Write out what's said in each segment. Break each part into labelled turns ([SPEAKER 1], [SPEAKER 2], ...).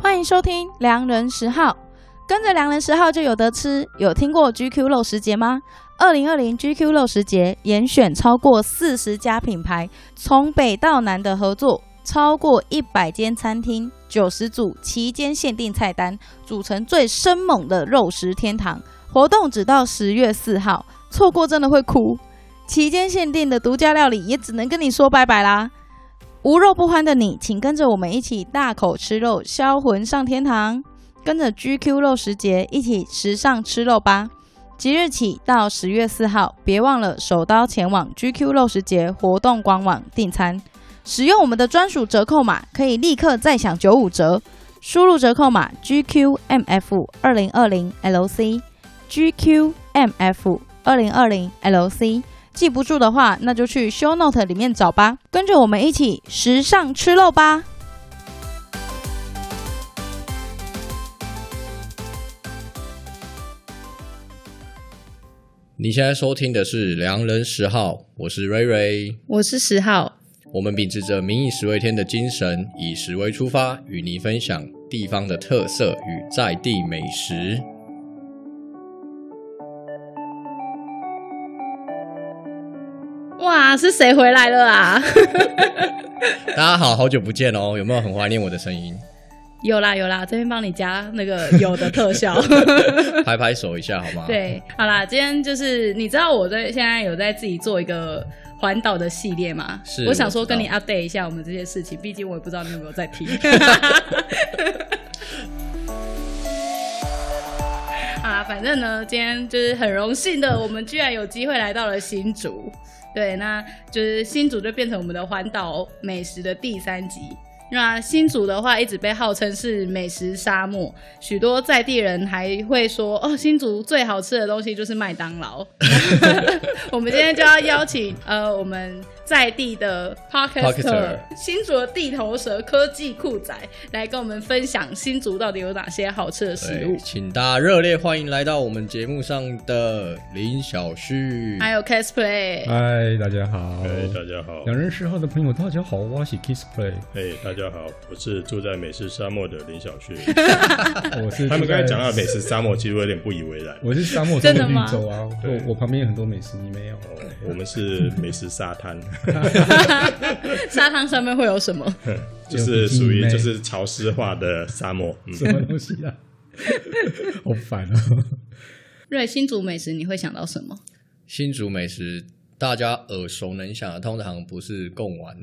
[SPEAKER 1] 欢迎收听《良人十号》，跟着《良人十号》就有得吃。有听过 GQ 肉食节吗？二零二零 GQ 肉食节严选超过四十家品牌，从北到南的合作，超过一百间餐厅，九十组期间限定菜单，组成最生猛的肉食天堂。活动只到十月四号，错过真的会哭。期间限定的独家料理也只能跟你说拜拜啦。无肉不欢的你，请跟着我们一起大口吃肉，销魂上天堂。跟着 GQ 肉食节一起时尚吃肉吧！即日起到十月四号，别忘了手刀前往 GQ 肉食节活动官网订餐，使用我们的专属折扣码，可以立刻再享九五折。输入折扣码 GQMF 二零二零 LC GQMF 二零二零 LC。记不住的话，那就去 Show Note 里面找吧。跟着我们一起时尚吃肉吧！
[SPEAKER 2] 你现在收听的是《良人十号》，我是瑞瑞。
[SPEAKER 1] 我是十号，
[SPEAKER 2] 我们秉持着“民以食为天”的精神，以食为出发，与您分享地方的特色与在地美食。
[SPEAKER 3] 哇，是谁回来了啊？
[SPEAKER 2] 大 家好，好久不见哦，有没有很怀念我的声音？
[SPEAKER 3] 有啦有啦，这边帮你加那个有的特 效。
[SPEAKER 2] 拍拍手一下好吗？，
[SPEAKER 3] 对，好啦，今天就是你知道我在现在有在自己做一个环岛的系列嘛？
[SPEAKER 2] 是
[SPEAKER 3] 我想说
[SPEAKER 2] 我知道
[SPEAKER 3] 跟你 update 一下我们这些事情，毕竟我也不知道你有没有在 听。 好啦，反正呢，今天就是很荣幸的，我们居然有机会来到了新竹。对，那就是新竹就变成我们的环岛美食的第三集。那新竹的话，一直被号称是美食沙漠，许多在地人还会说，哦，新竹最好吃的东西就是麦当劳。 我们今天就要邀请呃，我们在地的
[SPEAKER 2] Podcaster
[SPEAKER 3] Podcaster 新竹的地头蛇科技酷仔来跟我们分享新竹到底有哪些好吃的食
[SPEAKER 2] 对
[SPEAKER 3] 物，，
[SPEAKER 2] 请大家热烈欢迎来到我们节目上的林小旭。
[SPEAKER 3] 还有 Cosplay。
[SPEAKER 4] 嗨，大家好。
[SPEAKER 5] 嗨，哎大家好。
[SPEAKER 4] 两人十号的朋友，大家好，我是 Kiss Play，
[SPEAKER 5] 哎，大家好，我是住在美食沙漠的林小 旭。
[SPEAKER 4] 我是
[SPEAKER 5] 他们刚才讲到
[SPEAKER 4] 美，
[SPEAKER 5] 美食沙漠，其实我有点不以为然。
[SPEAKER 4] 我是沙漠
[SPEAKER 3] 真
[SPEAKER 4] 中
[SPEAKER 3] 的
[SPEAKER 4] 绿
[SPEAKER 3] 吗
[SPEAKER 4] 洲啊，
[SPEAKER 5] 对
[SPEAKER 4] 我我旁边有很多美食，你没有？
[SPEAKER 5] 哦我们是美食沙 滩，
[SPEAKER 3] 沙滩上面会有什么？
[SPEAKER 5] 就是属
[SPEAKER 4] 有比基尼
[SPEAKER 5] 于
[SPEAKER 4] 妹
[SPEAKER 5] 就是潮湿化的沙漠。嗯，
[SPEAKER 4] 什么东西啊？好烦啊！
[SPEAKER 3] 瑞新竹美食你会想到什么？
[SPEAKER 2] 新竹美食，大家耳熟能详的，通常不是贡丸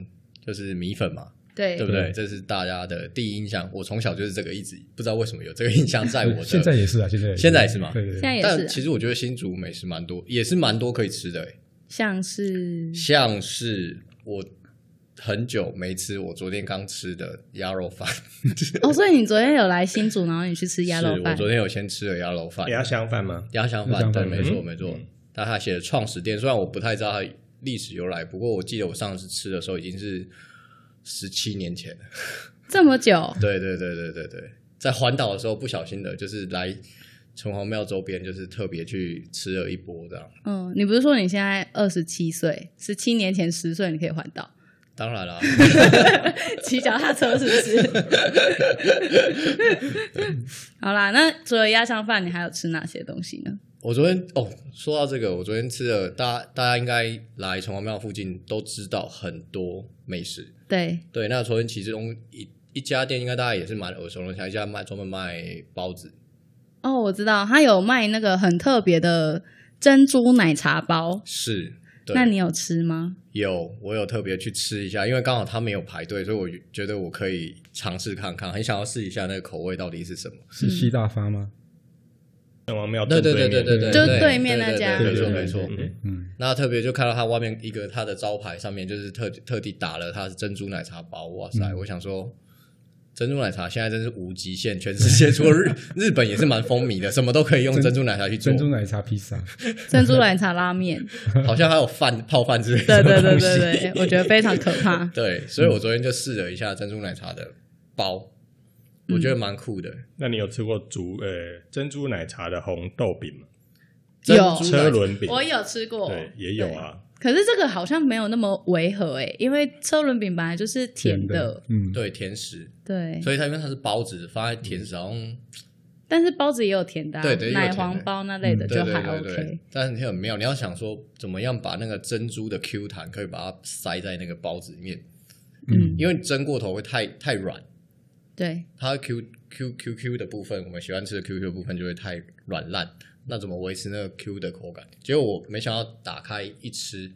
[SPEAKER 2] 就是米粉嘛，
[SPEAKER 3] 对
[SPEAKER 2] 对不对？
[SPEAKER 4] 对
[SPEAKER 2] 这是大家的第一印象。我从小就是这个，一直不知道为什么有这个印象在哎我的。
[SPEAKER 4] 现在也是啊，现在也
[SPEAKER 2] 现在也是吗
[SPEAKER 4] 对对
[SPEAKER 3] 现在
[SPEAKER 4] 对，
[SPEAKER 3] 也是
[SPEAKER 2] 但
[SPEAKER 3] 啊
[SPEAKER 2] 其实我觉得新竹美食蛮多，也是蛮多可以吃的欸、
[SPEAKER 3] 像是
[SPEAKER 2] 像是我很久没吃，我昨天刚吃的鸭肉饭，
[SPEAKER 3] 哦，所以你昨天有来新竹，然后你去吃鸭
[SPEAKER 2] 是
[SPEAKER 3] 肉
[SPEAKER 2] 我
[SPEAKER 3] 饭，
[SPEAKER 2] 昨天有先吃了鸭肉饭，
[SPEAKER 5] 鸭香饭吗？
[SPEAKER 2] 鸭香
[SPEAKER 4] 鸭
[SPEAKER 2] 饭，
[SPEAKER 4] 香
[SPEAKER 2] 对，
[SPEAKER 4] 饭
[SPEAKER 2] 没错
[SPEAKER 5] 嗯
[SPEAKER 2] 没错。但他写的创始店，虽然我不太知道它历史由来，不过我记得我上次吃的时候已经是十七年前了。
[SPEAKER 3] 这么久，
[SPEAKER 2] 对对对对对对，在环岛的时候不小心的，就是来城隍庙周边，就是特别去吃了一波这样。
[SPEAKER 3] 嗯，你不是说你现在二十七岁，十七年前十岁你可以环岛
[SPEAKER 2] 当然啦，
[SPEAKER 3] 骑脚踏车，是不是？ 好啦，那除了鸭香饭，你还有吃哪些东西呢？
[SPEAKER 2] 我昨天哦，说到这个，我昨天吃了，大家大家应该来城隍庙附近都知道很多美食，
[SPEAKER 3] 对，
[SPEAKER 2] 对，那昨天其中一一家店应该大家也是蛮耳熟能详，一家卖专门卖包子，
[SPEAKER 3] 哦，我知道，他有卖那个很特别的珍珠奶茶包，
[SPEAKER 2] 是。对
[SPEAKER 3] 那你有吃吗？
[SPEAKER 2] 有我有特别去吃一下，因为刚好他没有排队，所以我觉得我可以尝试看看，很想要试一下那个口味到底是什么。
[SPEAKER 3] 嗯
[SPEAKER 4] 是西大发吗？
[SPEAKER 5] 城隍庙
[SPEAKER 2] 对
[SPEAKER 5] 正
[SPEAKER 2] 对
[SPEAKER 5] 对
[SPEAKER 2] 对对
[SPEAKER 5] 面
[SPEAKER 2] 对对，
[SPEAKER 3] 就是
[SPEAKER 2] 对
[SPEAKER 3] 对面那家
[SPEAKER 2] 对对对
[SPEAKER 4] 对
[SPEAKER 2] 没错没
[SPEAKER 4] 对
[SPEAKER 2] 错。
[SPEAKER 5] 嗯
[SPEAKER 4] 嗯，
[SPEAKER 2] 那特别就看到它外面一个它的招牌上面就是特特地打了它是珍珠奶茶包，哇塞！
[SPEAKER 4] 嗯
[SPEAKER 2] 我想说。珍珠奶茶现在真是无极限，全世界除了日 日本也是蛮风靡的，什么都可以用
[SPEAKER 4] 珍
[SPEAKER 2] 珍珠奶茶去做
[SPEAKER 4] 珍，珠奶茶披萨，
[SPEAKER 3] 珍珠奶茶拉面，
[SPEAKER 2] 好像还有饭泡饭之类的
[SPEAKER 3] 对对对
[SPEAKER 2] 东西
[SPEAKER 3] 对对，我觉得非常可怕。
[SPEAKER 2] 对，所以
[SPEAKER 4] 嗯
[SPEAKER 2] 我昨天就试了一下珍珠奶茶的包，我
[SPEAKER 3] 嗯
[SPEAKER 2] 觉得蛮酷的。
[SPEAKER 5] 那你有吃过竹呃珍珠奶茶的红豆饼吗？
[SPEAKER 2] 珍
[SPEAKER 3] 有
[SPEAKER 2] 珠奶茶
[SPEAKER 5] 车轮饼，
[SPEAKER 3] 我有吃过，
[SPEAKER 5] 对也有啊。
[SPEAKER 3] 可是这个好像没有那么违和哎、因为车轮饼本来就是甜
[SPEAKER 4] 甜
[SPEAKER 3] 的
[SPEAKER 4] 的，，嗯，
[SPEAKER 2] 对甜食，
[SPEAKER 3] 对。
[SPEAKER 2] 所以它因为它是包子，放在甜食好像
[SPEAKER 3] 但是包子也有甜的、啊，
[SPEAKER 2] 对对也有
[SPEAKER 3] 奶
[SPEAKER 2] 甜的
[SPEAKER 3] 黄包那类的
[SPEAKER 4] 嗯
[SPEAKER 2] 对
[SPEAKER 3] 就
[SPEAKER 2] 对
[SPEAKER 3] 还
[SPEAKER 2] 对
[SPEAKER 3] OK。
[SPEAKER 2] 对，但是很妙，你要想说怎么样把那个珍珠的 Q 弹可以把它塞在那个包子里面，
[SPEAKER 3] 嗯，
[SPEAKER 2] 因为你蒸过头会太太软，
[SPEAKER 3] 对，
[SPEAKER 2] 它 Q Q Q Q 的部分，我们喜欢吃的 Q Q 部分就会太软烂，那怎么维持那个 Q 的口感？结果我没想到打开一吃，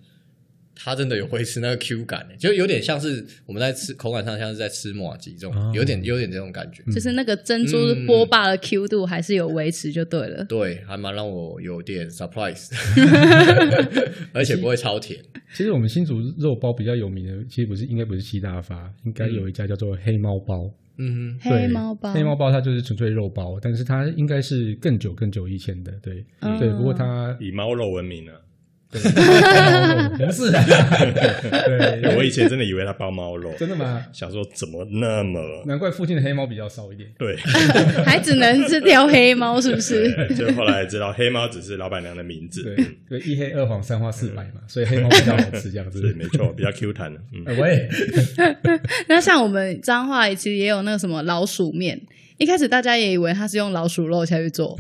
[SPEAKER 2] 它真的有维持那个 Q 感、欸，就有点像是我们在吃口感上像是在吃马吉这种，
[SPEAKER 4] 哦
[SPEAKER 2] 有点有点这种感觉。
[SPEAKER 3] 啊就是那个珍珠
[SPEAKER 2] 嗯
[SPEAKER 3] 波霸的 Q 度还是有维持就对了。
[SPEAKER 2] 对，还蛮让我有点 surprise，而且不会超甜。
[SPEAKER 4] 其实我们新竹肉包比较有名的，其实不是应该不是七大发，应该有一家叫做黑猫包。
[SPEAKER 2] 嗯
[SPEAKER 4] 对
[SPEAKER 3] 黑猫包，
[SPEAKER 4] 黑猫包它就是纯粹肉包，但是它应该是更久更久以前的，对、
[SPEAKER 3] 嗯
[SPEAKER 4] 对。不过 它
[SPEAKER 5] 以猫肉闻名啊。
[SPEAKER 4] 不是啊，
[SPEAKER 5] 哎
[SPEAKER 4] 对，
[SPEAKER 5] 我以前真的以为它包 猫肉，
[SPEAKER 4] 真的吗？
[SPEAKER 5] 想说怎么那么
[SPEAKER 4] 难怪附近的黑猫比较少一点。
[SPEAKER 5] 对，
[SPEAKER 3] 还只能是挑黑猫，是不是？
[SPEAKER 5] 对 就后来知道黑猫只是老板娘的名字，
[SPEAKER 4] 对，对，一黑二黄三花四白嘛，所以黑猫比较好吃，这样子。
[SPEAKER 5] 是没 错，比较 Q 弹的。嗯，
[SPEAKER 4] 哎喂，
[SPEAKER 3] 那像我们彰化其实也有那个什么老鼠面，一开始大家也以为它是用老鼠肉下 去做，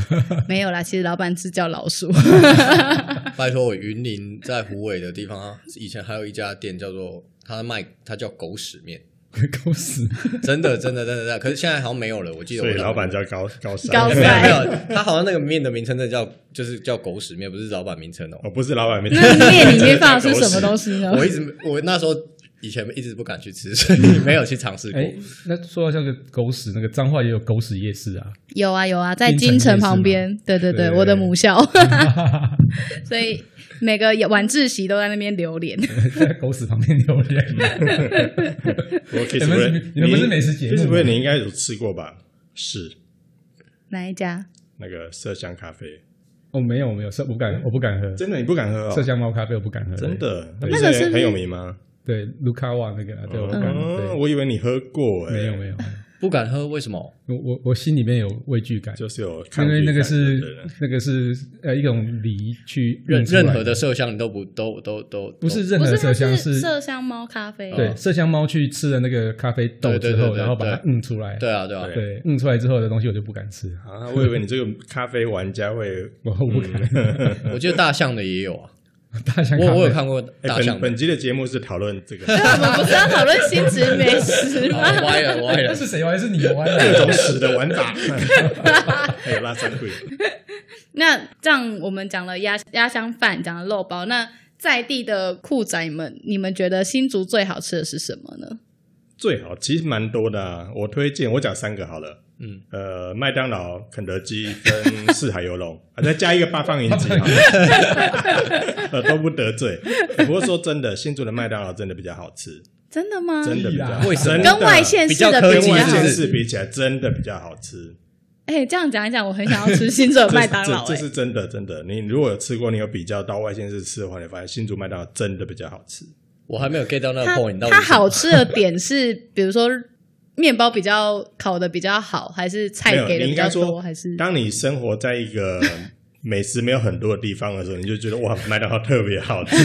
[SPEAKER 3] 没有啦，其实老板是叫老鼠。
[SPEAKER 2] 哼，拜托，我云林在湖尾的地方啊，以前还有一家店叫做他卖，他叫狗屎面，
[SPEAKER 4] 狗屎！
[SPEAKER 2] 真的真的真的真的，可是现在好像没有了。我记得
[SPEAKER 4] 啊
[SPEAKER 5] 所
[SPEAKER 2] 我
[SPEAKER 5] 以老板叫高高山，
[SPEAKER 3] 高
[SPEAKER 2] 没有
[SPEAKER 3] 山
[SPEAKER 2] 没有，他好像那个面的名称真的叫就是叫狗屎面，不是老板名 称哦。
[SPEAKER 5] 哦，不是老板名字，
[SPEAKER 3] 那面里面放的是什么东西呢？
[SPEAKER 2] 我一直我那时候以前一直不敢去吃，所以没有去尝试过。
[SPEAKER 4] 哎，那说到这个狗屎，那个彰化也有狗屎夜市 啊。
[SPEAKER 3] 有啊有啊，在金
[SPEAKER 4] 金城
[SPEAKER 3] 城
[SPEAKER 4] 夜市
[SPEAKER 3] 旁
[SPEAKER 4] 吗
[SPEAKER 3] 边，对对对，
[SPEAKER 4] 对
[SPEAKER 3] 我的母校，所以每个晚自习都在那边流连。
[SPEAKER 4] 在狗屎旁边榴 莲，
[SPEAKER 5] 我 Kiss
[SPEAKER 4] 你们是
[SPEAKER 5] Ray，
[SPEAKER 4] 你们不是美食节目吗
[SPEAKER 5] Kiss Ray，你应该有吃过吧？是
[SPEAKER 3] 哪一家？
[SPEAKER 5] 那个麝香咖啡，
[SPEAKER 4] 哦，没有没有，麝我不敢，我不敢喝
[SPEAKER 5] 真的你不敢喝哦？
[SPEAKER 4] 麝香猫咖啡，我不敢喝。
[SPEAKER 5] 真，的，那
[SPEAKER 4] 对
[SPEAKER 5] 不
[SPEAKER 3] 那个是
[SPEAKER 5] 很有名吗？
[SPEAKER 4] 对，卢卡瓦那个啊，对我不敢。
[SPEAKER 5] 嗯，
[SPEAKER 4] 对，
[SPEAKER 5] 我以为你喝过，哎，
[SPEAKER 4] 没有没有，
[SPEAKER 2] 不敢喝，为什么？
[SPEAKER 4] 我我我心里面有畏惧感，
[SPEAKER 5] 就是有抗
[SPEAKER 4] 因
[SPEAKER 5] 拒
[SPEAKER 4] 为
[SPEAKER 5] 感，
[SPEAKER 4] 那个是
[SPEAKER 5] 对了
[SPEAKER 4] 那个是呃一种梨去
[SPEAKER 2] 任
[SPEAKER 4] 认出来
[SPEAKER 2] 任何的哦麝香你都不都都都
[SPEAKER 4] 不是哦任
[SPEAKER 3] 不
[SPEAKER 4] 何
[SPEAKER 3] 是，
[SPEAKER 4] 的
[SPEAKER 3] 它
[SPEAKER 4] 麝香
[SPEAKER 3] 是麅香猫咖啡。
[SPEAKER 4] 对，麝香猫去吃了那个咖啡豆
[SPEAKER 2] 对对
[SPEAKER 4] 之
[SPEAKER 2] 对
[SPEAKER 4] 后，
[SPEAKER 2] 对
[SPEAKER 4] 然后把它
[SPEAKER 2] 对
[SPEAKER 4] 摁出来。
[SPEAKER 2] 对啊对啊，
[SPEAKER 5] 对
[SPEAKER 4] 对，摁出来之后的东西我就不敢吃，
[SPEAKER 5] 啊，我以为你这个咖啡玩家会
[SPEAKER 4] 我不敢。
[SPEAKER 2] 我记得大象的也有啊，
[SPEAKER 4] 大象咖
[SPEAKER 2] 我
[SPEAKER 4] 啡
[SPEAKER 2] 我有看过
[SPEAKER 5] 哎
[SPEAKER 2] 大象的
[SPEAKER 5] 本本，集的节目是讨论这个
[SPEAKER 3] 对，我们不是要讨论新职美食
[SPEAKER 2] 好
[SPEAKER 3] 吗？
[SPEAKER 2] 歪了歪了
[SPEAKER 4] 哎那，是谁玩？是你哦哎玩
[SPEAKER 5] 各
[SPEAKER 4] 的？
[SPEAKER 5] 种屎的玩 法，还有拉三鬼，
[SPEAKER 3] 那这样我们讲了鸭鸭香饭，讲了肉包，那在地的酷仔们，你们觉得新竹最好吃的是什么呢？
[SPEAKER 5] 最好其实蛮多的啊。我推荐我讲三个好了，
[SPEAKER 2] 嗯，
[SPEAKER 5] 呃，麦当劳、肯德基跟四海 游龙，啊，再加一个八方云集好了，呃，都不得罪。哎不过说真的，新竹的麦当劳真的比较好吃，
[SPEAKER 3] 真的吗？
[SPEAKER 5] 真的比较好吃
[SPEAKER 2] 为什么
[SPEAKER 5] 真的啊
[SPEAKER 3] 跟外县
[SPEAKER 2] 比较
[SPEAKER 3] 市的
[SPEAKER 5] 跟
[SPEAKER 3] 比较
[SPEAKER 5] 外
[SPEAKER 2] 科技
[SPEAKER 3] 好
[SPEAKER 5] 县
[SPEAKER 2] 是
[SPEAKER 3] 吃。
[SPEAKER 5] 市比起来，真的比较好吃。
[SPEAKER 3] 哎、这样讲一讲，我很想要吃新竹的
[SPEAKER 5] 这
[SPEAKER 3] 麦当劳、
[SPEAKER 5] 这这
[SPEAKER 3] 哎，
[SPEAKER 5] 是真的，真的。你如果有吃过，你有比较到外县市吃的话，你发现新竹麦当劳真的比较好吃。
[SPEAKER 2] 我还没有 get 到那个
[SPEAKER 3] 它
[SPEAKER 2] point，你到底
[SPEAKER 3] 它
[SPEAKER 2] 是什么
[SPEAKER 3] 好吃的点是，比如说面包比较烤的比较好，还是
[SPEAKER 5] 没
[SPEAKER 3] 菜
[SPEAKER 5] 有，
[SPEAKER 3] 给的比
[SPEAKER 5] 你应
[SPEAKER 3] 较
[SPEAKER 5] 该
[SPEAKER 3] 多，
[SPEAKER 5] 说
[SPEAKER 3] 还是，
[SPEAKER 5] 当你生活在一 个美食没有很多的地方的时候，你就觉得哇，麦当劳特别 好吃。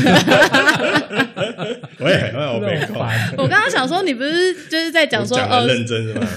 [SPEAKER 5] 我也很爱我被
[SPEAKER 4] 真的
[SPEAKER 5] 告
[SPEAKER 4] 好，烦
[SPEAKER 3] 我刚刚想说，你不是就是在哦讲
[SPEAKER 5] 我
[SPEAKER 3] 说，
[SPEAKER 5] 讲的
[SPEAKER 3] 呃，
[SPEAKER 5] 认真 是吗？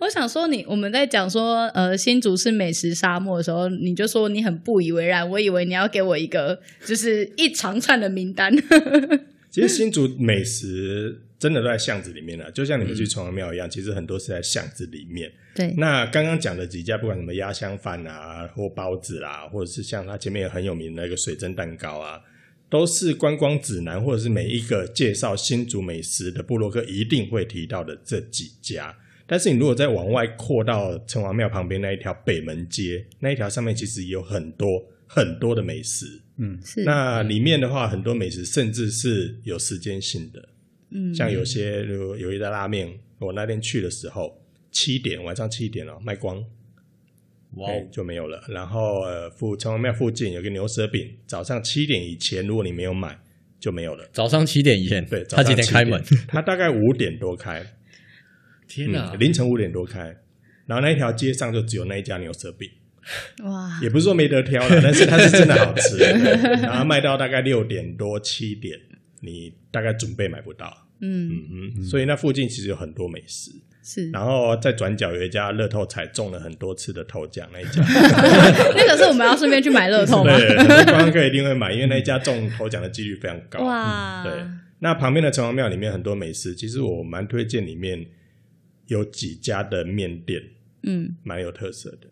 [SPEAKER 3] 我想说你，我们在讲说，呃，新竹是美食沙漠的时候，你就说你很不以为然，我以为你要给我一个就是一长串的名 单。
[SPEAKER 5] 其实新竹美食真的都在巷子里面啊了，就像你们去崇阳庙一样，其实很多是在巷子里面。
[SPEAKER 3] 对，
[SPEAKER 5] 那刚刚讲的几家，不管什么鸭香饭啊，或包子啦、或者是像它前面也很有名的那个水蒸蛋糕啊，都是观光指南或者是每一个介绍新竹美食的部落客一定会提到的这几家。但是你如果再往外扩到城隍庙旁边那一条北门街，那一条上面其实也有很多很多的美食。
[SPEAKER 4] 嗯，
[SPEAKER 3] 是
[SPEAKER 5] 那里面的话，很多美食甚至是有时间性的，
[SPEAKER 3] 嗯
[SPEAKER 5] 像有些有有一家拉面，我那天去的时候，七点晚上七点哦，卖光，
[SPEAKER 2] 哇
[SPEAKER 5] 哎、
[SPEAKER 2] 哦，
[SPEAKER 5] 就没有了。然后呃，附城隍庙附近有个牛舌饼，早上七点以前，如果你没有买就没有了。
[SPEAKER 2] 早上七点以前，
[SPEAKER 5] 对，
[SPEAKER 2] 他几点开门
[SPEAKER 5] 早上？七点？他大概五点多开，
[SPEAKER 2] 天哪
[SPEAKER 5] 嗯
[SPEAKER 2] 嗯
[SPEAKER 5] 嗯，凌晨五点多开。然后那一条街上就只有那一家牛舌饼，
[SPEAKER 3] 啊
[SPEAKER 1] 哇，
[SPEAKER 5] 也不是说没得挑了，但是它是真的好吃，然后卖到大概六点多七点，你大概准备买不到，
[SPEAKER 1] 嗯，
[SPEAKER 5] 嗯哼，所以那附近其实有很多美食，
[SPEAKER 3] 是
[SPEAKER 5] 然后在转角有一家乐透彩中了很多次的头奖那一家，
[SPEAKER 3] 那个是我们要顺便去买乐透吗？
[SPEAKER 5] 对，很多观光客一定会买，因为那一家中头奖的几率非常高，
[SPEAKER 3] 嗯
[SPEAKER 1] 哇，
[SPEAKER 5] 对，那旁边的城隍庙里面很多美食，其实我蛮推荐里面有几家的面店
[SPEAKER 1] 嗯，
[SPEAKER 5] 蛮有特色的，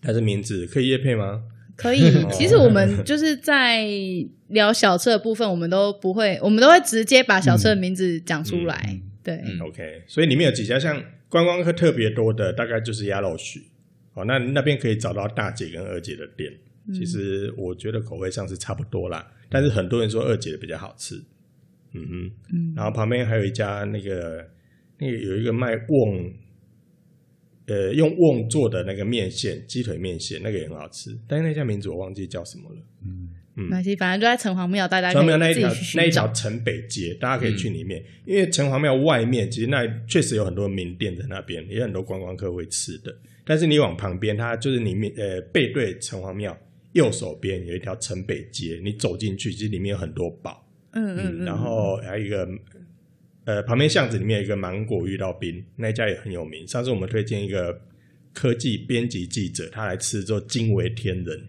[SPEAKER 5] 但是名字可以夜配吗？
[SPEAKER 3] 可以。其实我们就是在聊小吃的部分，我们都不会，我们都会直接把小吃的名字讲出来。
[SPEAKER 4] 嗯
[SPEAKER 3] 对，
[SPEAKER 2] 嗯
[SPEAKER 5] OK，所以里面有几家像观光客特别多的，大概就是鸭肉许。哦，那那边可以找到大姐跟二姐的店。其实我觉得口味上是差不多啦，但是很多人说二姐的比较好吃。嗯哼，
[SPEAKER 1] 嗯
[SPEAKER 5] 然后旁边还有一家那个那个有一个卖瓮，呃，用瓮做的那个面线，鸡腿面线，那个也很好吃，但是那家名字我忘记叫什么了。
[SPEAKER 3] 没关系，反正就在城隍庙，大家可
[SPEAKER 5] 城隍庙那
[SPEAKER 3] 以
[SPEAKER 5] 一
[SPEAKER 3] 自己
[SPEAKER 5] 条
[SPEAKER 3] 去
[SPEAKER 5] 那一
[SPEAKER 3] 寻
[SPEAKER 5] 条
[SPEAKER 3] 找。嗯
[SPEAKER 5] 城北街，大家可以去里面，因为城隍庙外面其实那确实有很多名店在那边，也有很多观光客会吃的。但是你往旁边，它就是里面呃背对城隍庙右手边有一条城北街，你走进去，其实里面有很多宝，
[SPEAKER 3] 嗯嗯嗯，
[SPEAKER 5] 然后还有一个呃旁边巷子里面有一个芒果遇到冰，那一家也很有名。上次我们推荐一个科技编辑记者，他来吃之后惊为天人，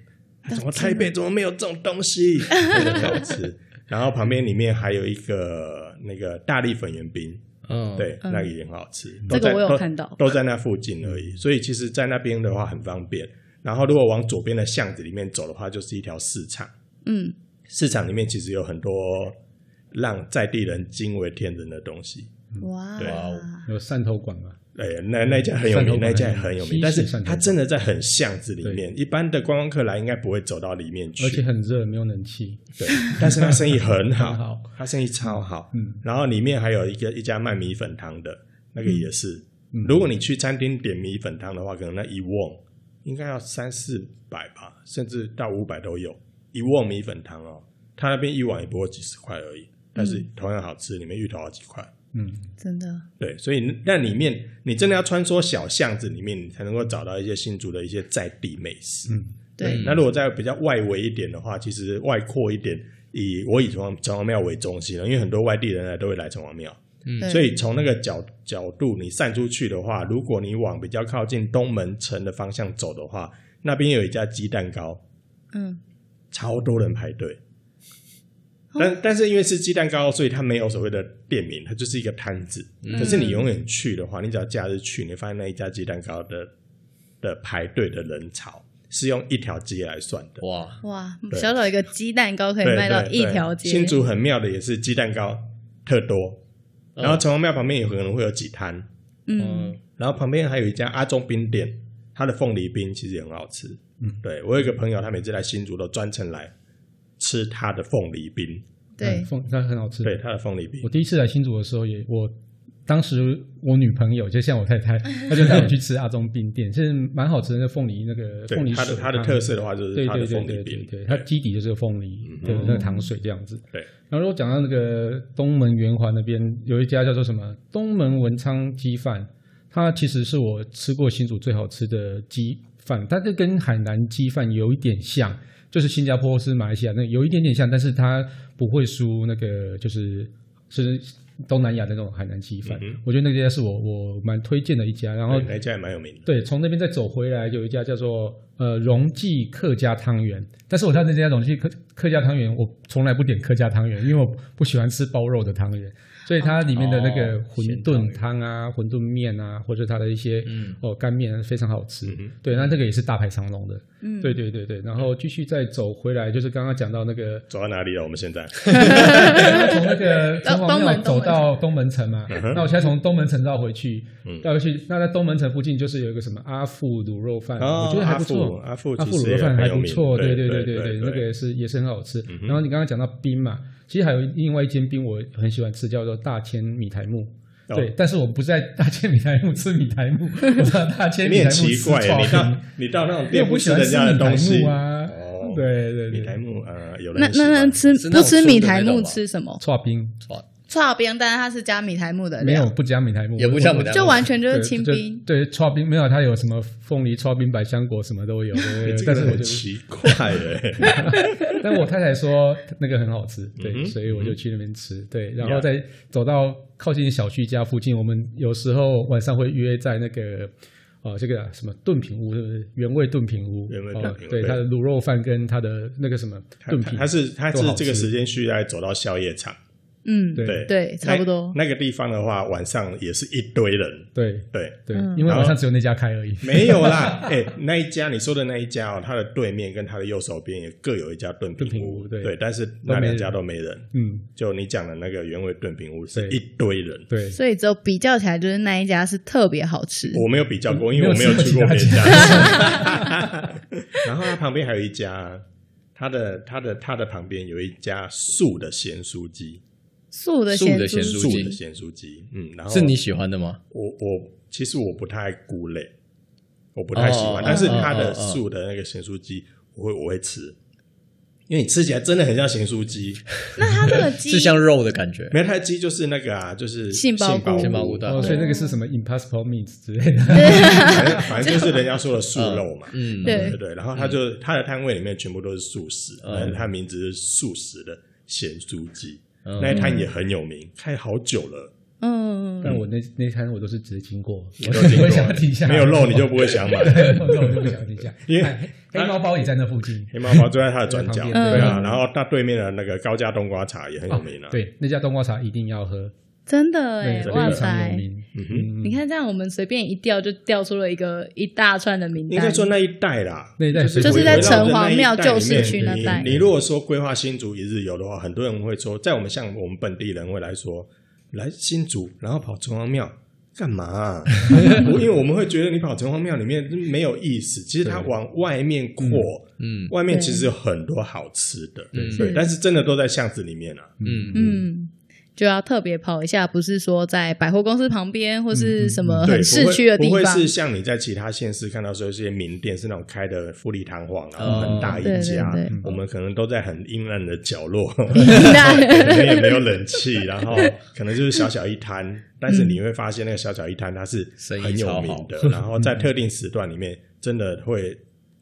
[SPEAKER 5] 怎么台北怎么没有这种东 西？很好吃。然后旁边里面还有一个那个大力粉圆冰，
[SPEAKER 2] 嗯，
[SPEAKER 5] 对，
[SPEAKER 3] 嗯
[SPEAKER 5] 那个也很好吃。
[SPEAKER 3] 这
[SPEAKER 5] 都
[SPEAKER 3] 个
[SPEAKER 5] 在
[SPEAKER 3] 我有
[SPEAKER 5] 都
[SPEAKER 3] 看到嗯
[SPEAKER 5] 都在那附近而已。所以其实，在那边的话很方便。然后如果往左边的巷子里面走的话，就是一条市场。
[SPEAKER 3] 嗯，
[SPEAKER 5] 市场里面其实有很多让在地人惊为天人的东西。
[SPEAKER 3] 哇，
[SPEAKER 5] 对
[SPEAKER 2] 啊
[SPEAKER 4] 有汕头馆嘛，
[SPEAKER 5] 哎，那那一家很有
[SPEAKER 4] 汕头
[SPEAKER 5] 名，
[SPEAKER 4] 馆
[SPEAKER 5] 那一家也很有
[SPEAKER 4] 西式
[SPEAKER 5] 名，但是
[SPEAKER 4] 汕头
[SPEAKER 5] 它
[SPEAKER 4] 馆
[SPEAKER 5] 真的在很巷子里面，一般的观光客来应该不会走到里面去。
[SPEAKER 4] 而且很热，没有冷气。
[SPEAKER 5] 对，但是他生意很好，
[SPEAKER 4] 很好
[SPEAKER 5] 他生意超好。
[SPEAKER 4] 嗯
[SPEAKER 5] 然后里面还有一个一家卖米粉汤的，那个也是，
[SPEAKER 4] 嗯
[SPEAKER 5] 如果你去餐厅点米粉汤的话，可能那一瓮应该要三四百吧，甚至到五百都有。一瓮米粉汤哦，他那边一碗也不过几十块而已，但是同样好吃，里面芋头好几块。
[SPEAKER 4] 嗯，
[SPEAKER 3] 真的，
[SPEAKER 5] 对，所以那里面你真的要穿梭小巷子里面，你才能够找到一些新竹的一些在地美食。
[SPEAKER 4] 嗯
[SPEAKER 3] 对，
[SPEAKER 5] 那如果在比较外围一点的话，其实外扩一点，以我以城隍城隍庙为中心了，因为很多外地人来都会来城隍庙，
[SPEAKER 3] 对
[SPEAKER 5] 所以从那个角角度你散出去的话，如果你往比较靠近东门城的方向走的话，那边有一家鸡蛋糕，
[SPEAKER 3] 嗯，
[SPEAKER 5] 超多人排队。
[SPEAKER 3] 哦
[SPEAKER 5] 但但是因为是鸡蛋糕，所以它没有所谓的店名，它就是一个摊子。
[SPEAKER 2] 嗯
[SPEAKER 5] 可是你永远去的话，你只要假日去，你会发现那一家鸡蛋糕的的排队的人潮是用一条街来算的。
[SPEAKER 2] 哇，
[SPEAKER 3] 哇，
[SPEAKER 5] 对
[SPEAKER 3] 小小一个鸡蛋糕可以
[SPEAKER 5] 对
[SPEAKER 3] 卖到
[SPEAKER 5] 对
[SPEAKER 3] 一
[SPEAKER 5] 对
[SPEAKER 3] 条街，
[SPEAKER 5] 新竹很妙的也是鸡蛋糕特多，
[SPEAKER 2] 嗯
[SPEAKER 5] 然后城隍庙旁边有可能会有几摊，
[SPEAKER 3] 嗯，
[SPEAKER 2] 嗯
[SPEAKER 5] 然后旁边还有一家阿中冰店，它的凤梨冰其实也很好吃。
[SPEAKER 4] 嗯
[SPEAKER 5] 对我有一个朋友，他每次来新竹都专程来吃他的凤梨冰，
[SPEAKER 3] 对
[SPEAKER 4] 嗯，凤那很好吃。
[SPEAKER 5] 对他的凤梨冰
[SPEAKER 4] 我。第一次来新竹的时候也，我当时我女朋友就像我太 太，她就带我去吃阿中冰店，是蛮好吃的，那凤梨那个凤
[SPEAKER 5] 对
[SPEAKER 4] 梨
[SPEAKER 5] 它的
[SPEAKER 4] 水
[SPEAKER 5] 它的
[SPEAKER 4] 汤
[SPEAKER 5] 特色的话，就是
[SPEAKER 4] 对
[SPEAKER 5] 它的
[SPEAKER 4] 对对
[SPEAKER 5] 凤梨
[SPEAKER 4] 对对
[SPEAKER 5] 冰。
[SPEAKER 4] 对，它基底就是个凤梨
[SPEAKER 5] 嗯
[SPEAKER 4] 的那个糖水这样子。
[SPEAKER 5] 对
[SPEAKER 4] 然后如果讲到那个东门圆环那边有一家叫做什么东门文昌鸡饭，它其实是我吃过新竹最好吃的鸡饭，它这跟海南鸡饭有一点像，就是新加坡或是马来西亚那有一点点像，但是它不会输那个就是是东南亚的那种海南鸡饭。
[SPEAKER 5] 嗯哼
[SPEAKER 4] 我觉得那家是我我蛮推荐的一家，然后
[SPEAKER 5] 对那一家也蛮有名的。
[SPEAKER 4] 对，从那边再走回来，有一家叫做呃荣记客家汤圆，但是我到那家荣记客客家汤圆，我从来不点客家汤圆，因为我不喜欢吃包肉的汤圆，所以它里面的那个
[SPEAKER 2] 哦
[SPEAKER 4] 馄
[SPEAKER 2] 咸汤
[SPEAKER 4] 饨
[SPEAKER 2] 圆
[SPEAKER 4] 汤啊、馄饨面啊，或者它的一些、
[SPEAKER 2] 嗯
[SPEAKER 4] 哦干面啊非常好吃。
[SPEAKER 5] 嗯哼
[SPEAKER 4] 对，那这个也是大排长龙的。
[SPEAKER 3] 嗯
[SPEAKER 4] 对对对对，然后继续再走回来，就是刚刚讲到那个
[SPEAKER 5] 走到哪里了？我们现在
[SPEAKER 4] 从 那个城
[SPEAKER 3] 东
[SPEAKER 4] 隍
[SPEAKER 3] 门东
[SPEAKER 4] 庙走
[SPEAKER 3] 门
[SPEAKER 4] 到东门城嘛，
[SPEAKER 5] 嗯哼
[SPEAKER 4] 那我现在从东门城绕回去
[SPEAKER 5] 嗯，
[SPEAKER 4] 绕回去，那在东门城附近就是有一个什么阿富卤肉饭，
[SPEAKER 5] 哦
[SPEAKER 4] 我觉得还不错，
[SPEAKER 5] 阿富阿富
[SPEAKER 4] 阿
[SPEAKER 5] 其
[SPEAKER 4] 富
[SPEAKER 5] 实
[SPEAKER 4] 卤肉
[SPEAKER 5] 也
[SPEAKER 4] 饭
[SPEAKER 5] 很
[SPEAKER 4] 还
[SPEAKER 5] 有
[SPEAKER 4] 不
[SPEAKER 5] 名
[SPEAKER 4] 错，
[SPEAKER 5] 对
[SPEAKER 4] 对
[SPEAKER 5] 对
[SPEAKER 4] 对
[SPEAKER 5] 对对
[SPEAKER 4] 那个也是也是很好吃
[SPEAKER 5] 嗯。哼
[SPEAKER 4] 然后你刚刚讲到冰嘛，其实还有另外一间冰我很喜欢吃，叫做大千米苔木。
[SPEAKER 5] 哦
[SPEAKER 4] 对，但是我不在大千米苔木吃米苔 木，我到大千
[SPEAKER 5] 你
[SPEAKER 4] 米苔
[SPEAKER 5] 很
[SPEAKER 4] 木
[SPEAKER 5] 奇
[SPEAKER 4] 吃
[SPEAKER 5] 怪耶，
[SPEAKER 4] 炒
[SPEAKER 5] 你到
[SPEAKER 4] 冰
[SPEAKER 5] 你到那种
[SPEAKER 4] 因为
[SPEAKER 5] 店
[SPEAKER 4] 我不
[SPEAKER 5] 不
[SPEAKER 4] 喜
[SPEAKER 5] 吃
[SPEAKER 4] 欢
[SPEAKER 5] 人
[SPEAKER 4] 吃
[SPEAKER 5] 家的
[SPEAKER 4] 米苔
[SPEAKER 5] 东西
[SPEAKER 4] 木啊
[SPEAKER 5] 哦。
[SPEAKER 4] 对对
[SPEAKER 5] 米
[SPEAKER 4] 对，
[SPEAKER 5] 苔木呃，有人
[SPEAKER 3] 那
[SPEAKER 5] 很喜
[SPEAKER 3] 那
[SPEAKER 5] 欢
[SPEAKER 3] 那吃
[SPEAKER 2] 是那
[SPEAKER 3] 不
[SPEAKER 2] 种
[SPEAKER 3] 吃
[SPEAKER 2] 素
[SPEAKER 3] 米
[SPEAKER 2] 的
[SPEAKER 3] 苔
[SPEAKER 2] 那种
[SPEAKER 3] 木
[SPEAKER 2] 吧
[SPEAKER 3] 吃什么？
[SPEAKER 4] 炒冰
[SPEAKER 2] 哇，
[SPEAKER 3] 炒冰，但是它是加米苔
[SPEAKER 5] 哎
[SPEAKER 3] 木的
[SPEAKER 4] 没
[SPEAKER 3] 料
[SPEAKER 5] 啊
[SPEAKER 4] 有，不加米苔木，
[SPEAKER 2] 也不加米苔木
[SPEAKER 3] 就完全就是清
[SPEAKER 4] 对
[SPEAKER 3] 冰。
[SPEAKER 4] 就对，刨冰没有，它有什么凤梨刨冰、百香果什么都有。对对对
[SPEAKER 5] 这
[SPEAKER 4] 但
[SPEAKER 5] 个
[SPEAKER 4] 是
[SPEAKER 5] 人
[SPEAKER 4] 我
[SPEAKER 5] 很
[SPEAKER 4] 就，
[SPEAKER 5] 奇怪 哎，
[SPEAKER 4] 但我太太说那个很好吃，对，
[SPEAKER 5] 嗯哼
[SPEAKER 4] 所以我就去那边吃。对，然后
[SPEAKER 5] Yeah
[SPEAKER 4] 再走到靠近小区家附近，我们有时候晚上会约在那个。呃，这个啊什么炖品屋，是不是原味炖品屋？
[SPEAKER 5] 原味
[SPEAKER 4] 哦
[SPEAKER 5] 炖品屋
[SPEAKER 4] 对，
[SPEAKER 5] 对
[SPEAKER 4] 它的卤肉饭跟它的那个什么炖品，
[SPEAKER 5] 他是他
[SPEAKER 4] 都
[SPEAKER 5] 是
[SPEAKER 4] 好
[SPEAKER 5] 这个
[SPEAKER 4] 吃
[SPEAKER 5] 时间序来走到宵夜场，
[SPEAKER 3] 嗯，
[SPEAKER 4] 对
[SPEAKER 5] 对
[SPEAKER 3] 对，差不多。
[SPEAKER 5] 那。那个地方的话，晚上也是一堆人，
[SPEAKER 4] 对
[SPEAKER 5] 对，
[SPEAKER 4] 对，
[SPEAKER 1] 嗯
[SPEAKER 4] 因为晚上只有那家开而已。
[SPEAKER 5] 没有啦，哎、那一家你说的那一家哦，它的对面跟它的右手边也各有一家炖
[SPEAKER 4] 炖
[SPEAKER 5] 品
[SPEAKER 4] 品屋对
[SPEAKER 5] 但是那
[SPEAKER 4] 没
[SPEAKER 5] 两
[SPEAKER 4] 人
[SPEAKER 5] 家都没人。
[SPEAKER 4] 嗯，
[SPEAKER 5] 就你讲的那个原味炖品屋是
[SPEAKER 4] 对
[SPEAKER 5] 一堆人，
[SPEAKER 4] 对，
[SPEAKER 3] 所以只有比较起来，就是那一家是特别好吃。
[SPEAKER 5] 我没有比较过，因为我没有去过别家。 然后它旁边还有一家，它的它的它的旁边有一家素的咸酥鸡，
[SPEAKER 3] 素的
[SPEAKER 2] 素的
[SPEAKER 3] 咸
[SPEAKER 2] 咸酥
[SPEAKER 5] 素
[SPEAKER 2] 鸡
[SPEAKER 5] 的咸酥鸡，嗯，然后
[SPEAKER 2] 是你喜欢的吗？
[SPEAKER 5] 我我其实我不太爱菇类，我不太喜欢，
[SPEAKER 2] 哦
[SPEAKER 5] 但是
[SPEAKER 2] 哦
[SPEAKER 5] 它的
[SPEAKER 2] 哦哦
[SPEAKER 5] 素的那个咸酥鸡，我会我会吃，因为你吃起来真的很像咸酥鸡，
[SPEAKER 3] 那它这个鸡
[SPEAKER 2] 是像肉的感觉，
[SPEAKER 5] 没有它的鸡就是那个啊，就是
[SPEAKER 3] 杏鲍菇
[SPEAKER 2] 杏鲍菇对
[SPEAKER 4] 哦，所以那个是什么 Impossible Meat 之类的。
[SPEAKER 5] 反正反正就是人家说的素肉嘛，
[SPEAKER 2] 嗯，
[SPEAKER 3] 对
[SPEAKER 5] 对对，然后他就他的摊位里面全部都是素食，
[SPEAKER 2] 嗯
[SPEAKER 5] 但是他名字是素食的咸酥鸡，
[SPEAKER 2] 嗯
[SPEAKER 5] 那一摊也很有名，开好久了，
[SPEAKER 3] 嗯，
[SPEAKER 4] 但我那那餐我都是直接经过，
[SPEAKER 5] 你
[SPEAKER 4] 我
[SPEAKER 5] 都
[SPEAKER 4] 就
[SPEAKER 5] 经
[SPEAKER 4] 不
[SPEAKER 5] 过
[SPEAKER 4] 会想停下来。
[SPEAKER 5] 没有肉你就不会想 买。
[SPEAKER 4] 对，没有肉我就不想停下来。
[SPEAKER 5] 因为啊
[SPEAKER 4] 哎黑猫包也在那附近，
[SPEAKER 5] 黑猫包就在它的转角，
[SPEAKER 4] 在旁
[SPEAKER 5] 对
[SPEAKER 4] 边
[SPEAKER 5] 啊，
[SPEAKER 4] 嗯
[SPEAKER 5] 然后那对面的那个高价冬瓜茶也很有
[SPEAKER 2] 哦
[SPEAKER 5] 名啊，
[SPEAKER 4] 哦对，那家冬瓜茶一定要喝，
[SPEAKER 3] 真的哎
[SPEAKER 4] 对，，
[SPEAKER 3] 哇
[SPEAKER 4] 非常有
[SPEAKER 3] 塞！
[SPEAKER 4] 名。
[SPEAKER 5] 嗯哼
[SPEAKER 4] 嗯，
[SPEAKER 3] 你看这样，我们随便一调就调出了一个一大串的名
[SPEAKER 5] 应该
[SPEAKER 3] 单。
[SPEAKER 5] 说那一带啦，
[SPEAKER 4] 那一带水果
[SPEAKER 3] 就是在城隍庙旧
[SPEAKER 5] 旧
[SPEAKER 3] 市区那带
[SPEAKER 5] 你你如果说规划新竹一日游的话，很多人会说，在我们像我们本地人会来说，来新竹，然后跑城隍庙干嘛啊、 我因为我们会觉得你跑城隍庙里面没有意思，其实它
[SPEAKER 4] 对
[SPEAKER 5] 往外面扩，
[SPEAKER 2] 嗯
[SPEAKER 5] 外面其实有很多好吃的，
[SPEAKER 2] 嗯
[SPEAKER 5] 对，
[SPEAKER 3] 是
[SPEAKER 5] 但是真的都在巷子里面啊。
[SPEAKER 2] 嗯，
[SPEAKER 3] 嗯，就要特别跑一下，不是说在百货公司旁边或是什么
[SPEAKER 5] 对，
[SPEAKER 3] 很市区的地
[SPEAKER 5] 不会
[SPEAKER 3] 方
[SPEAKER 5] 不会是像你在其他县市看到说一些名店是那种开的富丽堂皇，然后很大一家，
[SPEAKER 3] 哦对对
[SPEAKER 5] 我们可能都在很阴暗的角 落，可
[SPEAKER 3] 那
[SPEAKER 5] 能也没有冷气，然后可能就是小小一 摊，但
[SPEAKER 3] 嗯
[SPEAKER 5] 是你会发现那个小小一摊它是
[SPEAKER 2] 生意
[SPEAKER 5] 很有名 的，然后
[SPEAKER 3] 嗯
[SPEAKER 5] 在特定时段里面，真的会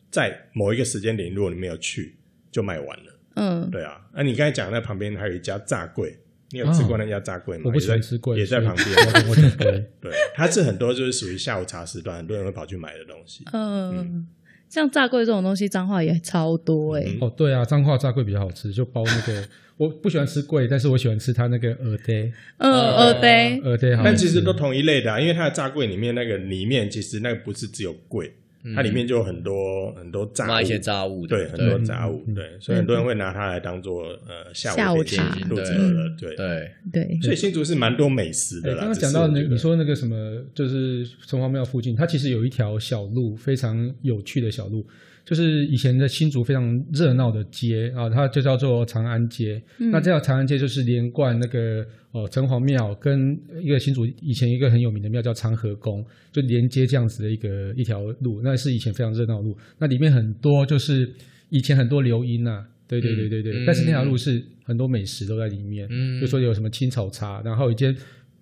[SPEAKER 5] 在某一个时间点，如果你没有去，就卖完了。
[SPEAKER 3] 嗯，
[SPEAKER 5] 对啊，那、你刚才讲那旁边还有一家炸柜，你有吃过那家炸柜吗？
[SPEAKER 4] 哦我不喜欢
[SPEAKER 5] 也在
[SPEAKER 4] 吃贵，
[SPEAKER 5] 也在旁边。
[SPEAKER 4] 边。我讲对，
[SPEAKER 5] 对，它是很多就是属于下午茶时段，很多人会跑去买的东西。
[SPEAKER 3] 嗯，像炸柜这种东西，脏话也超多哎、
[SPEAKER 5] 嗯
[SPEAKER 4] 哦对啊，彰化炸桂比较好吃，就包那个我不喜欢吃桂，但是我喜欢吃它那个耳呆，
[SPEAKER 3] 嗯，二杯，
[SPEAKER 4] 耳呆好吃。
[SPEAKER 5] 但其实都同一类的、啊，因为它的炸柜里面那个里面其实那个不是只有柜，它里面就有很多很多炸
[SPEAKER 2] 卖
[SPEAKER 5] 物
[SPEAKER 2] 一些杂物的，
[SPEAKER 5] 对，很多
[SPEAKER 4] 嗯
[SPEAKER 5] 杂物，
[SPEAKER 4] 嗯
[SPEAKER 5] 对，所以很多人会拿它来当做呃
[SPEAKER 3] 下
[SPEAKER 5] 下
[SPEAKER 3] 午
[SPEAKER 5] 午
[SPEAKER 3] 茶
[SPEAKER 5] 点心肚子
[SPEAKER 2] 对
[SPEAKER 5] 饿了，对。
[SPEAKER 2] 对，
[SPEAKER 3] 对，
[SPEAKER 5] 所以新竹是蛮多美食
[SPEAKER 4] 哎
[SPEAKER 5] 的啦。
[SPEAKER 4] 刚刚
[SPEAKER 5] 只是
[SPEAKER 4] 讲到
[SPEAKER 5] 我
[SPEAKER 4] 那
[SPEAKER 5] 觉
[SPEAKER 4] 你
[SPEAKER 5] 得
[SPEAKER 4] 说那个什么，就是城隍庙附近，它其实有一条小路，非常有趣的小路，就是以前的新竹非常热闹的街啊，它就叫做长安街。
[SPEAKER 3] 嗯
[SPEAKER 4] 那这条长安街就是连贯那个哦城隍庙跟一个新竹以前一个很有名的庙叫长和宫，就连接这样子的一个一条路，那是以前非常热闹的路。那里面很多就是以前很多流音呐、对对对对对，
[SPEAKER 2] 嗯
[SPEAKER 4] 但是那条路是很多美食都在里面，
[SPEAKER 2] 嗯
[SPEAKER 4] 就说有什么青草茶，然后一间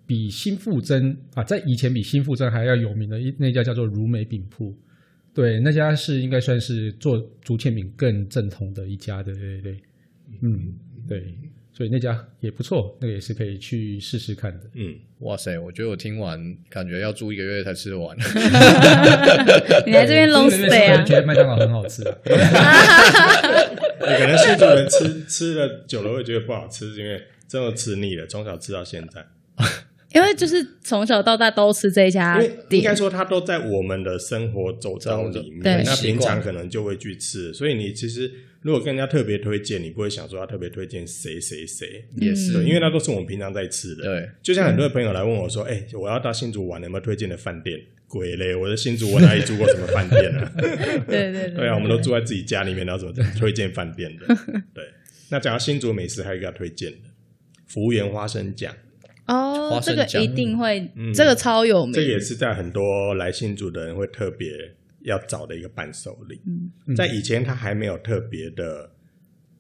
[SPEAKER 4] 比新富珍啊，在以前比新富珍还要有名的一那家叫做如美饼铺，对，那家是应该算是做竹签饼更正统的一家的，对对对，嗯，对，所以那家也不错，那个也是可以去试试看的。
[SPEAKER 5] 嗯，
[SPEAKER 2] 哇塞，我觉得我听完感觉要住一个月才吃完，
[SPEAKER 3] 嗯你来这边 long
[SPEAKER 4] 这个里面是
[SPEAKER 3] stay 啊
[SPEAKER 4] 觉，得麦当劳很好吃啊，
[SPEAKER 5] 对可能新竹人吃 吃了久了会觉得不好吃，是因为真的吃腻了，从小吃到现在。
[SPEAKER 3] 因为就是从小到大都吃这家
[SPEAKER 5] 因为应该
[SPEAKER 3] 店，
[SPEAKER 5] 说它都在我们的生活周遭里
[SPEAKER 2] 对
[SPEAKER 5] 面，那
[SPEAKER 2] 习
[SPEAKER 5] 平
[SPEAKER 2] 惯
[SPEAKER 5] 常可能就会去吃，所以你其实如果跟人家特别推荐，你不会想说要特别推荐谁谁谁，
[SPEAKER 2] 也是
[SPEAKER 5] 对，因为那都是我们平常在吃的。
[SPEAKER 2] 对，
[SPEAKER 5] 就像很多朋友来问我说：“哎、我要到新竹玩，有没有推荐的饭店？”鬼嘞！我在新竹我哪里住过什么饭店啊？
[SPEAKER 3] 对对
[SPEAKER 5] 对啊，我们都住在自己家里面，然后怎么推荐饭店的？对，那讲到新竹美食，还有一个要推荐的，服务员花生酱。
[SPEAKER 3] 哦，
[SPEAKER 2] 花
[SPEAKER 3] 这
[SPEAKER 2] 生
[SPEAKER 3] 个
[SPEAKER 2] 酱
[SPEAKER 3] 一定会，
[SPEAKER 5] 嗯
[SPEAKER 3] 这个超有名，
[SPEAKER 5] 这个也是在很多来新竹的人会特别要找的一个伴手礼。
[SPEAKER 4] 嗯
[SPEAKER 5] 在以前他还没有特别的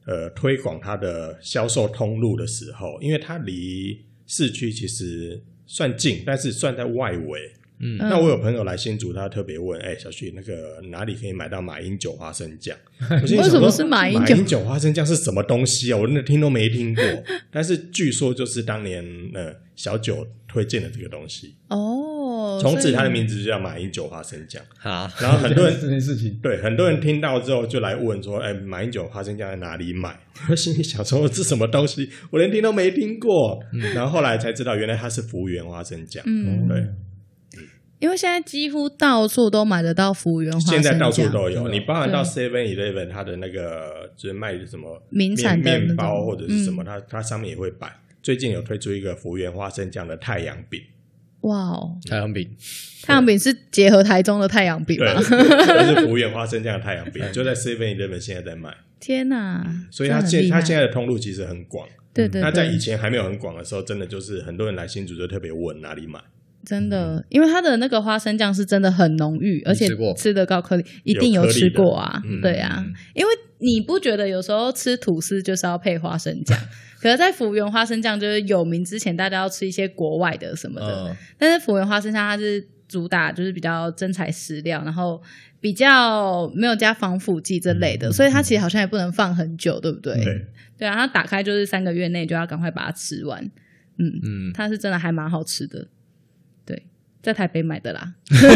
[SPEAKER 5] 呃推广它的销售通路的时候，因为它离市区其实算近，但是算在外围。
[SPEAKER 2] 嗯
[SPEAKER 5] 那我有朋友来新竹，他特别问：“哎、小旭，那个哪里可以买到马英九花生酱？”我心
[SPEAKER 3] 为
[SPEAKER 5] 里想
[SPEAKER 3] 什么
[SPEAKER 5] 说
[SPEAKER 3] 是马英
[SPEAKER 5] 马
[SPEAKER 3] 九
[SPEAKER 5] 英九花生酱是什么东西啊？我真的听都没听过。但是据说就是当年呃小九推荐的这个东西，
[SPEAKER 3] 哦，
[SPEAKER 5] 从
[SPEAKER 3] 所
[SPEAKER 5] 此
[SPEAKER 3] 以
[SPEAKER 5] 它的名字就叫马英九花生酱。
[SPEAKER 2] 好，
[SPEAKER 5] 然后很多人
[SPEAKER 4] 这件事 情，
[SPEAKER 5] 对，很多人听到之后就来问说：“哎、马英九花生酱在哪里买？” 我心里想说：“这什么东西？我连听都没听过。然后后来才知道，原来它是服务员花生酱。
[SPEAKER 3] 嗯，
[SPEAKER 5] 对，
[SPEAKER 3] 因为现在几乎到处都买得到服务员花生
[SPEAKER 5] 现
[SPEAKER 3] 酱，
[SPEAKER 5] 在到处都
[SPEAKER 4] 真
[SPEAKER 5] 有，
[SPEAKER 4] 的
[SPEAKER 5] 你包含到
[SPEAKER 3] 对
[SPEAKER 5] Seven Eleven 它的那个就是卖什么
[SPEAKER 3] 名
[SPEAKER 5] 面
[SPEAKER 3] 产的那
[SPEAKER 5] 面
[SPEAKER 3] 种嗯
[SPEAKER 5] 包或者是什么，它它上面也会摆。最近有推出一个服务员花生酱的太阳 饼，
[SPEAKER 3] 哇哦，
[SPEAKER 2] 太阳饼，
[SPEAKER 3] 太阳饼是结合台中的太阳饼
[SPEAKER 5] 对，
[SPEAKER 3] 吗？
[SPEAKER 5] 就是服务员花生酱的太阳饼，就在 Seven Eleven 现在在卖，
[SPEAKER 3] 天哪！
[SPEAKER 5] 所以
[SPEAKER 3] 这
[SPEAKER 5] 它
[SPEAKER 3] 很
[SPEAKER 5] 现
[SPEAKER 3] 厉
[SPEAKER 5] 它
[SPEAKER 3] 害
[SPEAKER 5] 现在的通路其实很广。
[SPEAKER 3] 对对，
[SPEAKER 5] 那在
[SPEAKER 3] 对
[SPEAKER 5] 以前还没有很广的时候，真的就是很多人来新竹就特别问哪 里买，
[SPEAKER 3] 真的，因为它的那个花生酱是真的很浓郁，而且
[SPEAKER 2] 吃过
[SPEAKER 3] 吃的高颗粒，一定有吃过啊，
[SPEAKER 2] 嗯
[SPEAKER 3] 对啊，因为你不觉得有时候吃吐司就是要配花生酱，可是，在福源花生酱就是有名之前，大家要吃一些国外的什么的，
[SPEAKER 2] 嗯，
[SPEAKER 3] 但是福源花生酱它是主打就是比较真材实料，然后比较没有加防腐剂这类的，所以它其实好像也不能放很久，对不对？
[SPEAKER 5] 对，
[SPEAKER 3] 对啊，它打开就是三个月内就要赶快把它吃完。嗯，
[SPEAKER 2] 嗯，
[SPEAKER 3] 它是真的还蛮好吃的，对，在台北买的啦。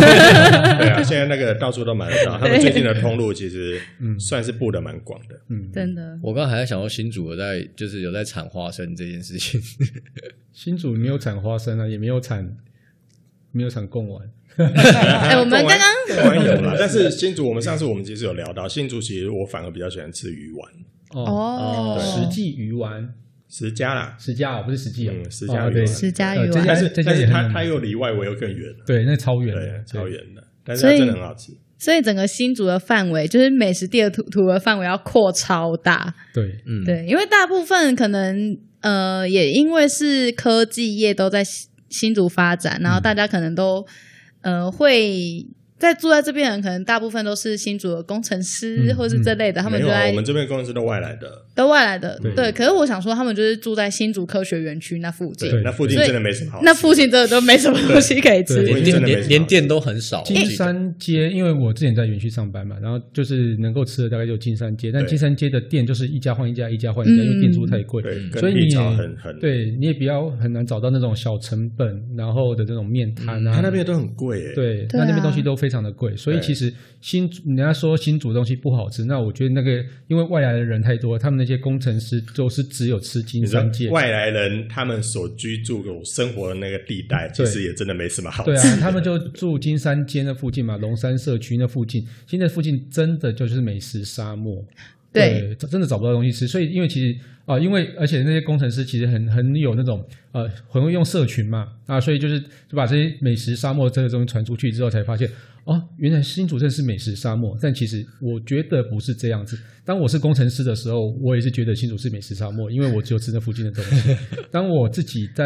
[SPEAKER 5] 对啊，现在那个到处都买 得到。他们最近的通路其实
[SPEAKER 4] 嗯
[SPEAKER 5] 算是布的蛮广的，
[SPEAKER 4] 嗯，
[SPEAKER 3] 真的，
[SPEAKER 2] 我刚刚还在想说新竹有在就是有在产花生这件事情，
[SPEAKER 4] 新竹没有产花生啊，也没有产，没有产贡丸，
[SPEAKER 3] 哎、我 们刚刚
[SPEAKER 5] 当然有啦。但是新竹，我们上次我们其实有聊到新竹，其实我反而比较喜欢吃鱼丸，
[SPEAKER 4] 哦，
[SPEAKER 3] 哦，
[SPEAKER 4] 实际鱼丸，
[SPEAKER 5] 十家啦，
[SPEAKER 4] 十家哦，不是实际哦，
[SPEAKER 5] 嗯十家
[SPEAKER 4] 哦
[SPEAKER 5] 鱼
[SPEAKER 4] 对
[SPEAKER 5] 丸，
[SPEAKER 3] 十家啊
[SPEAKER 4] 呃
[SPEAKER 3] 鱼
[SPEAKER 4] 这
[SPEAKER 3] 丸
[SPEAKER 4] 家
[SPEAKER 5] 但是
[SPEAKER 4] 这家
[SPEAKER 5] 但是
[SPEAKER 4] 也很
[SPEAKER 5] 它
[SPEAKER 4] 有名
[SPEAKER 5] 它又离外围又更远了，
[SPEAKER 4] 对，那超远的
[SPEAKER 5] 对，，超
[SPEAKER 4] 对。
[SPEAKER 5] 远的，但是
[SPEAKER 3] 所
[SPEAKER 5] 它
[SPEAKER 3] 以
[SPEAKER 5] 真的很好吃。
[SPEAKER 3] 所以整个新竹的范围，就是美食地图图的范围要扩超大。
[SPEAKER 4] 对，
[SPEAKER 2] 嗯，，
[SPEAKER 3] 对，因为大部分可能呃，也因为是科技业都在新新竹发展，然后大家可能都、呃会在住在这边的人，可能大部分都是新竹的工程师、
[SPEAKER 4] 嗯
[SPEAKER 3] 或是这类的，他们
[SPEAKER 5] 没
[SPEAKER 3] 就
[SPEAKER 5] 有啊，
[SPEAKER 3] 在
[SPEAKER 5] 我们这边公司都外来的，
[SPEAKER 3] 都外来的。
[SPEAKER 4] 对
[SPEAKER 3] 对，可是我想说，他们就是住在新竹科学园区那附近，
[SPEAKER 4] 对
[SPEAKER 5] 那附近
[SPEAKER 3] 所以
[SPEAKER 5] 真的没什么好吃。
[SPEAKER 3] 那附近真的都没什么东西可以吃
[SPEAKER 4] 对。
[SPEAKER 2] 连
[SPEAKER 5] 我真
[SPEAKER 2] 店
[SPEAKER 5] 的没什
[SPEAKER 2] 连
[SPEAKER 5] 么
[SPEAKER 2] 连店都很少，
[SPEAKER 4] 金
[SPEAKER 3] 哎
[SPEAKER 2] 我记得
[SPEAKER 4] 山街，因为我之前在园区上班嘛，然后就是能够吃的大概就金山街，但
[SPEAKER 5] 对
[SPEAKER 4] 金山街的店就是一家换一家，一家换一家，
[SPEAKER 3] 嗯
[SPEAKER 4] 因为店租太贵，
[SPEAKER 5] 对，
[SPEAKER 4] 所
[SPEAKER 5] 跟
[SPEAKER 4] 以你也
[SPEAKER 5] 绿潮很很，
[SPEAKER 4] 对你也比较很难找到那种小成本然后的这种面摊啊，
[SPEAKER 5] 嗯它那边都很贵，哎，
[SPEAKER 4] 对，
[SPEAKER 3] 对
[SPEAKER 4] 那那边
[SPEAKER 3] 啊
[SPEAKER 4] 东西都非常的贵，所以
[SPEAKER 5] 对
[SPEAKER 4] 其实新竹人家说新煮东西不好吃，那我觉得那个因为外来的人太多，他们那些工程师都是只有吃金
[SPEAKER 5] 你说
[SPEAKER 4] 山街，
[SPEAKER 5] 外来人他们所居住的生活的那个地带，其实也真的没什么好吃
[SPEAKER 4] 对
[SPEAKER 5] 的。
[SPEAKER 4] 啊，他们就住金山街那附近嘛，龙山社区那附近，现在附近真的就是美食沙漠，
[SPEAKER 3] 对，
[SPEAKER 4] 找真的找不到东西吃，所以因为其实啊、因为而且那些工程师其实很很有那种呃，很会用社群嘛啊，所以就是就把这些美食沙漠这个东西传出去之后，才发现哦，原来新竹镇是美食沙漠，但其实我觉得不是这样子。当我是工程师的时候，我也是觉得新竹是美食沙漠，因为我只有吃那附近的东西。当我自己在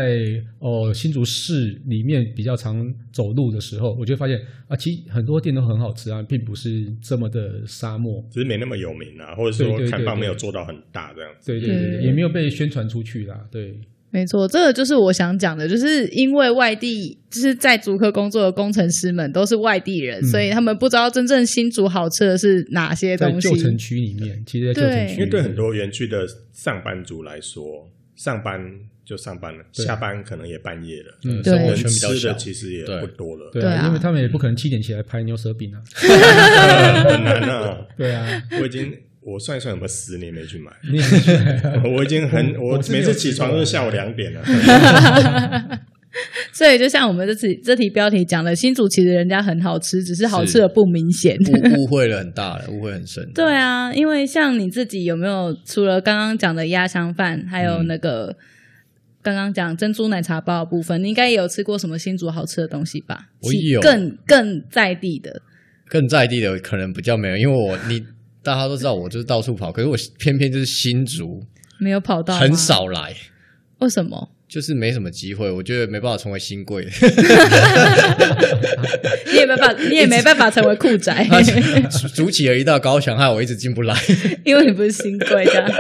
[SPEAKER 4] 哦新竹市里面比较常走路的时候，我就发现啊，其实很多店都很好吃啊，并不是这么的沙漠。
[SPEAKER 5] 只是没那么有名啊，或者说
[SPEAKER 4] 对对对
[SPEAKER 5] 看棒
[SPEAKER 4] 对
[SPEAKER 5] 没有做到很大这样子。
[SPEAKER 4] 对对对，
[SPEAKER 3] 对
[SPEAKER 4] 也没有被宣传出去啦。对，
[SPEAKER 3] 没错，这个就是我想讲的，就是因为外地就是在竹科工作的工程师们都是外地人，
[SPEAKER 4] 嗯
[SPEAKER 3] 所以他们不知道真正新竹好吃的是哪些
[SPEAKER 4] 在
[SPEAKER 3] 东西
[SPEAKER 4] 旧。城区里面，其实在旧城区里面，
[SPEAKER 5] 因为对很多园区的上班族来说，上班就上班了，
[SPEAKER 4] 对
[SPEAKER 5] 下班可能也半夜了，
[SPEAKER 4] 嗯
[SPEAKER 3] 对
[SPEAKER 5] 我
[SPEAKER 2] 生活
[SPEAKER 5] 们
[SPEAKER 2] 圈比较
[SPEAKER 5] 吃
[SPEAKER 2] 小，
[SPEAKER 5] 的其实也
[SPEAKER 2] 对
[SPEAKER 5] 不多了，
[SPEAKER 4] 对
[SPEAKER 3] 对啊
[SPEAKER 4] 啊，因为他们也不可能七点起来拍牛舌 饼啊。
[SPEAKER 5] 很难啊。
[SPEAKER 4] 对啊，
[SPEAKER 5] 我已经我算一算，有没有十年没去买？
[SPEAKER 4] 你也是 去
[SPEAKER 5] 我已经很，
[SPEAKER 4] 我
[SPEAKER 5] 我
[SPEAKER 4] 我是没
[SPEAKER 5] 每
[SPEAKER 4] 有
[SPEAKER 5] 次起床都是
[SPEAKER 4] 吃过
[SPEAKER 5] 下午两点啊了。
[SPEAKER 3] 所以就像我们这次这题标题讲的，新竹其实人家很好吃，只是好吃的不明显。
[SPEAKER 2] 误误会了很大了，误会很深。
[SPEAKER 3] 对，啊，因为像你自己有没有除了刚刚讲的鸭香饭，还有那个、刚刚讲珍珠奶茶包的部分，你应该也有吃过什么新竹好吃的东西吧？
[SPEAKER 2] 我有
[SPEAKER 3] 更更在地的，
[SPEAKER 2] 更在地的可能比较没有，因为我你大家都知道我就是到处跑，可是我偏偏就是新竹
[SPEAKER 3] 没有跑到吗
[SPEAKER 2] 很，少来，
[SPEAKER 3] 为什么？
[SPEAKER 2] 就是没什么机会，我觉得没办法成为新 贵，
[SPEAKER 3] 你也没 办法，你也没办法成为酷宅，
[SPEAKER 4] 啊
[SPEAKER 2] 筑起了一道高墙，害我一直进不来。
[SPEAKER 3] 因为你不是新贵这 样。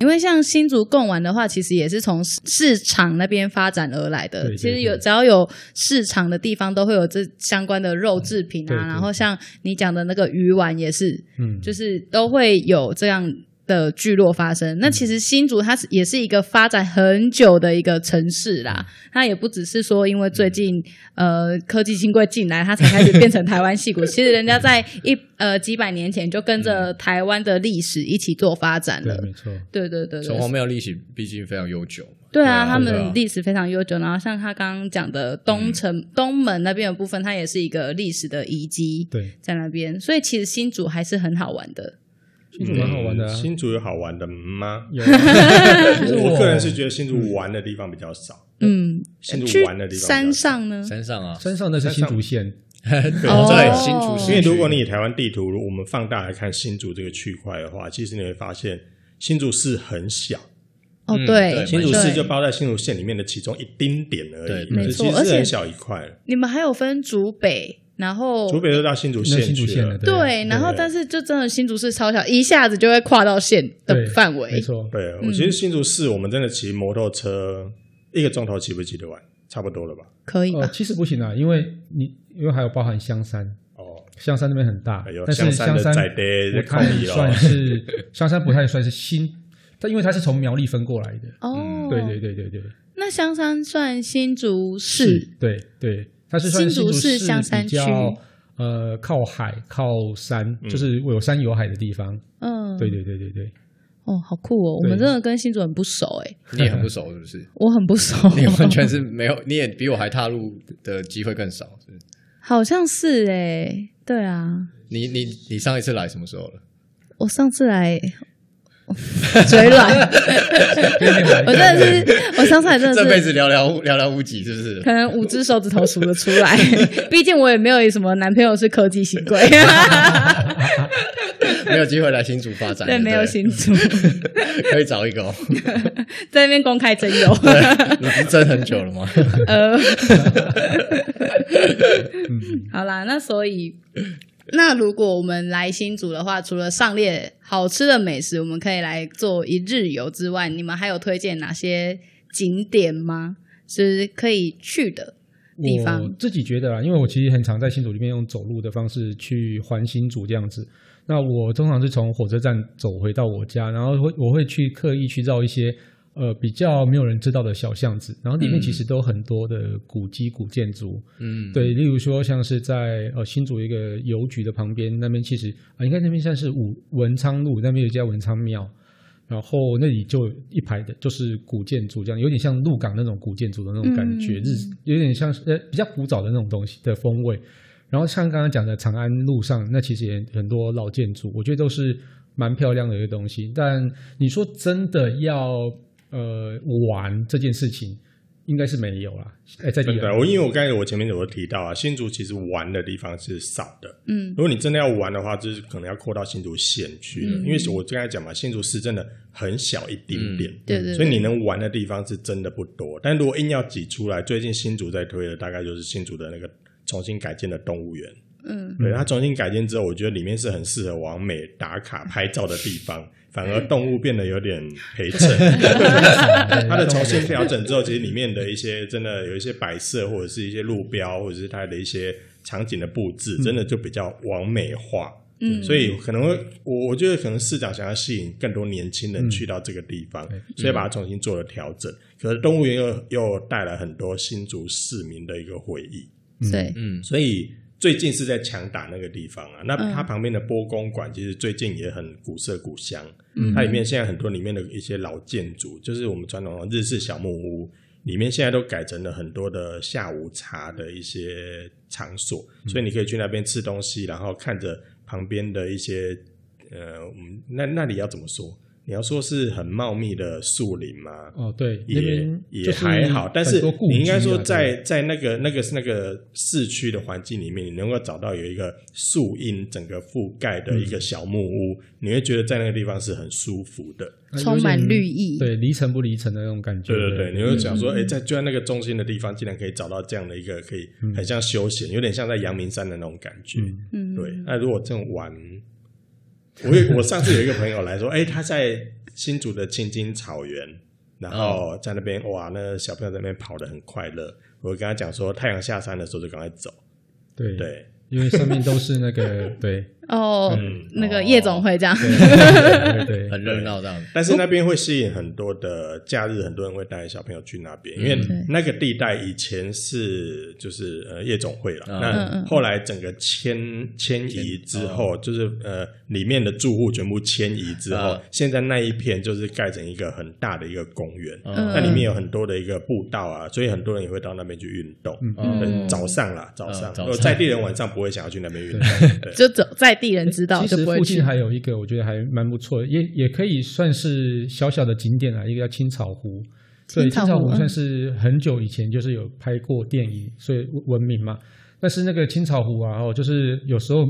[SPEAKER 3] 因为像新竹贡丸的话，其实也是从市市场那边发展而来的。
[SPEAKER 4] 对对
[SPEAKER 3] 其实有
[SPEAKER 4] 对
[SPEAKER 3] 只要有市场的地方，都会有这相关的肉制品啊。
[SPEAKER 4] 对对
[SPEAKER 3] 然后像你讲的那个鱼丸也是，
[SPEAKER 4] 嗯，
[SPEAKER 3] 就是都会有这样的聚落发生。那其实新竹它是也是一个发展很久的一个城市啦，它也不只是说因为最近呃科技新贵进来，它才开始变成台湾戏骨。其实人家在一呃几百年前就跟着台湾的历史一起做发展
[SPEAKER 4] 对，
[SPEAKER 3] 了。
[SPEAKER 4] 没错，
[SPEAKER 3] 对对对
[SPEAKER 2] 城隍
[SPEAKER 3] 对，
[SPEAKER 2] 庙历史毕竟非常悠久嘛。
[SPEAKER 3] 对啊，他
[SPEAKER 4] 对啊
[SPEAKER 3] 们历史非常悠久。然后像他刚刚讲的东城、东门那边的部分，它也是一个历史的遗迹
[SPEAKER 4] 对，
[SPEAKER 3] 在那边，所以其实新竹还是很好玩的。
[SPEAKER 4] 新竹蛮好玩的啊。
[SPEAKER 5] 嗯新竹有好玩的吗？
[SPEAKER 4] 有，
[SPEAKER 5] 啊我个人
[SPEAKER 4] 哦
[SPEAKER 5] 是觉得
[SPEAKER 4] 嗯
[SPEAKER 5] 新竹玩的地方比较少，
[SPEAKER 4] 哎
[SPEAKER 3] 嗯，
[SPEAKER 5] 新
[SPEAKER 3] 去
[SPEAKER 5] 竹玩的地方比较少
[SPEAKER 3] 山。上呢？
[SPEAKER 2] 山上啊，
[SPEAKER 4] 山上那是新竹县，
[SPEAKER 3] 哦
[SPEAKER 2] 对，新竹市
[SPEAKER 5] 因
[SPEAKER 2] 区。
[SPEAKER 5] 为如果你以台湾地图，我们放大来看新竹这个区块的话，其实你会发现新竹市很小，
[SPEAKER 3] 哦，
[SPEAKER 2] 嗯
[SPEAKER 3] 对
[SPEAKER 2] 对，
[SPEAKER 5] 新竹市
[SPEAKER 3] 对
[SPEAKER 5] 就包在新竹县里面的其中一丁点而
[SPEAKER 2] 对
[SPEAKER 5] 已，
[SPEAKER 2] 没
[SPEAKER 5] 就
[SPEAKER 3] 错
[SPEAKER 5] 其实
[SPEAKER 3] 而且
[SPEAKER 5] 是很小一块了。
[SPEAKER 3] 你们还有分竹北，然后
[SPEAKER 5] 竹北就到新竹
[SPEAKER 4] 那
[SPEAKER 5] 县
[SPEAKER 4] 新竹
[SPEAKER 5] 去
[SPEAKER 4] 县
[SPEAKER 5] 了
[SPEAKER 4] 的，，
[SPEAKER 3] 对，然后
[SPEAKER 5] 对
[SPEAKER 3] 但是就真的新竹市超小，一下子就会跨到县的
[SPEAKER 4] 对
[SPEAKER 3] 范围
[SPEAKER 4] 没。错，
[SPEAKER 5] 对，我其实新竹市我们真的骑摩托车一个钟头骑不骑得完，差不多了吧？
[SPEAKER 3] 可以
[SPEAKER 4] 哦，
[SPEAKER 3] 吧？
[SPEAKER 4] 其实不行啊，因为你因为还有包含香山，
[SPEAKER 5] 哦，
[SPEAKER 4] 香山那边很大
[SPEAKER 5] 哎呦，
[SPEAKER 4] 但是
[SPEAKER 5] 香山
[SPEAKER 4] 香
[SPEAKER 5] 的
[SPEAKER 4] 山
[SPEAKER 5] 在地
[SPEAKER 4] 不
[SPEAKER 5] 在
[SPEAKER 4] 太
[SPEAKER 5] 抗议咯
[SPEAKER 4] 算是香山不太算是新，但因为它是从苗栗分过来的，
[SPEAKER 3] 哦，
[SPEAKER 4] 嗯对对对对对
[SPEAKER 3] 那香山算新竹市，
[SPEAKER 4] 对对，它是算
[SPEAKER 3] 新竹市
[SPEAKER 4] 市
[SPEAKER 3] 香山
[SPEAKER 4] 比较
[SPEAKER 3] 区
[SPEAKER 4] 呃，靠海靠山，
[SPEAKER 5] 嗯
[SPEAKER 4] 就是有山有海的地方，
[SPEAKER 3] 嗯，
[SPEAKER 4] 对对对对对，
[SPEAKER 3] 哦，好酷哦！我们真的跟新竹很不熟哎，
[SPEAKER 2] 你也很不熟，是不是？
[SPEAKER 3] 我很不熟，
[SPEAKER 2] 你完全是没有，你也比我还踏入的机会更少。是不是
[SPEAKER 3] 好像是哎，对啊，
[SPEAKER 2] 你你你上一次来什么时候了？
[SPEAKER 3] 我上次来 嘴软， 我真的是我上次来真的
[SPEAKER 2] 这
[SPEAKER 3] 是
[SPEAKER 2] 辈子寥寥寥寥无几，是不是？
[SPEAKER 3] 可能五只手指头数得出 来，毕竟我也没有什么男朋友是科技新贵，
[SPEAKER 2] 没有机会来新竹发展，
[SPEAKER 3] 对，
[SPEAKER 2] 不
[SPEAKER 3] 没有新主
[SPEAKER 2] 可以找一个哦。
[SPEAKER 3] 在那边公开征友，
[SPEAKER 2] 你是争很久了吗？
[SPEAKER 3] 呃，
[SPEAKER 5] 嗯
[SPEAKER 3] 好啦，那所以。那如果我们来新竹的话，除了上列好吃的美食，我们可以来做一日游之外，你们还有推荐哪些景点吗？是可以去的地
[SPEAKER 4] 我
[SPEAKER 3] 方？
[SPEAKER 4] 自己觉得啦，因为我其实很常在新竹里面用走路的方式去环新竹这样子。那我通常是从火车站走回到我家，然后会我会去刻意去绕一些呃比较没有人知道的小巷子，然后里面
[SPEAKER 2] 嗯
[SPEAKER 4] 其实都有很多的古迹、古建筑。
[SPEAKER 2] 嗯，
[SPEAKER 4] 对，例如说像是在呃新竹一个邮局的旁边，那边其实啊、应该那边算是武文昌路那边有一家文昌庙，然后那里就有一排的就是古建筑，这样有点像鹿港那种古建筑的那种感觉，
[SPEAKER 3] 嗯
[SPEAKER 4] 日有点像是呃比较古早的那种东西的风味。然后像刚刚讲的长安路上，那其实也很多老建筑，我觉得都是蛮漂亮的一个东西。但你说真的要呃玩这件事情，应该是没有啦。哎，在地
[SPEAKER 5] 真的，
[SPEAKER 4] 人
[SPEAKER 5] 我因为我刚才我前面有提到啊，新竹其实玩的地方是少的。
[SPEAKER 3] 嗯
[SPEAKER 5] 如果你真的要玩的话，就是可能要扩到新竹县去了，
[SPEAKER 3] 嗯
[SPEAKER 5] 因为我刚才讲嘛，新竹市真的很小一丁点，
[SPEAKER 3] 嗯对对对
[SPEAKER 5] 所以你能玩的地方是真的不多。但如果硬要挤出来，最近新竹在推的大概就是新竹的那个重新改建的动物园，
[SPEAKER 3] 嗯，
[SPEAKER 5] 对它重新改建之后，我觉得里面是很适合往美打卡拍照的地方，反而动物变得有点陪衬。 它的重新调整之后，其实里面的一些真的有一些摆设，或者是一些路标，或者是它的一些场景的布置，真的就比较完美化。
[SPEAKER 3] 嗯
[SPEAKER 5] 所以可能会，我我觉得可能市长想要吸引更多年轻人去到这个地方，所以把它重新做了调整。可是动物园又又带来很多新竹市民的一个回忆，
[SPEAKER 3] 对，
[SPEAKER 2] 嗯，
[SPEAKER 5] 所以最近是在强打那个地方啊。那
[SPEAKER 3] 嗯
[SPEAKER 5] 它旁边的波公馆其实最近也很古色古香，
[SPEAKER 3] 嗯
[SPEAKER 5] 它里面现在很多里面的一些老建筑，就是我们传统的日式小木屋，里面现在都改成了很多的下午茶的一些场所，所以你可以去那边吃东西，然后看着旁边的一些呃，我们那那里要怎么说？你要说是很茂密的树林吗？
[SPEAKER 4] 哦，对，那
[SPEAKER 5] 也
[SPEAKER 4] 边
[SPEAKER 5] 也
[SPEAKER 4] 就是
[SPEAKER 5] 还好，但是
[SPEAKER 4] 很多故
[SPEAKER 5] 你应该
[SPEAKER 4] 居啊
[SPEAKER 5] 说
[SPEAKER 4] 对
[SPEAKER 5] 在在那个那个那个市区的环境里面，你能够找到有一个树荫整个覆盖的一个小木屋，
[SPEAKER 4] 嗯
[SPEAKER 5] 你会觉得在那个地方是很舒服的。
[SPEAKER 3] 充满绿，意。
[SPEAKER 4] 对，离城不离城的那种感觉。
[SPEAKER 5] 对对对，你
[SPEAKER 4] 会
[SPEAKER 5] 会想说，哎、在就在那个中心的地方，竟然可以找到这样的一个可以很像休闲，有点像在阳明山的那种感觉。
[SPEAKER 3] 嗯
[SPEAKER 4] 嗯
[SPEAKER 5] 对，那如果这种玩，我有我上次有一个朋友来说，哎、他在新竹的青金草原，然后在那边、哇，那小朋友在那边跑得很快乐。我跟他讲说，太阳下山的时候就赶快走。
[SPEAKER 4] 对，
[SPEAKER 5] 对，
[SPEAKER 4] 因为上面都是那个 对
[SPEAKER 3] 哦，
[SPEAKER 5] 嗯
[SPEAKER 3] 那个夜总会这
[SPEAKER 4] 哦
[SPEAKER 3] 样，
[SPEAKER 4] 对对对
[SPEAKER 2] 很热闹这样。
[SPEAKER 5] 但是那边会吸引很多的假日，很多人会带小朋友去那
[SPEAKER 2] 嗯
[SPEAKER 5] 边，因
[SPEAKER 3] 对
[SPEAKER 5] 为那个地带以前是就是呃夜总会了，
[SPEAKER 2] 嗯
[SPEAKER 5] 那后来整个迁迁移之后，就是呃里面的住户全部迁移之后
[SPEAKER 2] 嗯，
[SPEAKER 5] 现在那一片就是盖成一个很大的一个公园，
[SPEAKER 3] 嗯
[SPEAKER 5] 那里面有很多的一个步道啊，所以很多人也会到那边去运动。
[SPEAKER 3] 嗯
[SPEAKER 5] 对早上啦，早上
[SPEAKER 2] 嗯，早上
[SPEAKER 5] 呃在地人晚上不会想要去那边运 动。对，
[SPEAKER 3] 就走在地人知道
[SPEAKER 4] 其
[SPEAKER 3] 就
[SPEAKER 4] 实
[SPEAKER 3] 不会
[SPEAKER 4] 附
[SPEAKER 3] 去
[SPEAKER 4] 近。还有一个，我觉得还蛮不错的，也也可以算是小小的景点啊，一个叫青草湖。对，
[SPEAKER 3] 青草
[SPEAKER 4] 青
[SPEAKER 3] 湖
[SPEAKER 4] 草湖
[SPEAKER 3] 嗯
[SPEAKER 4] 算是很久以前就是有拍过电影，所以闻名嘛。但是那个青草湖啊，哦，就是有时候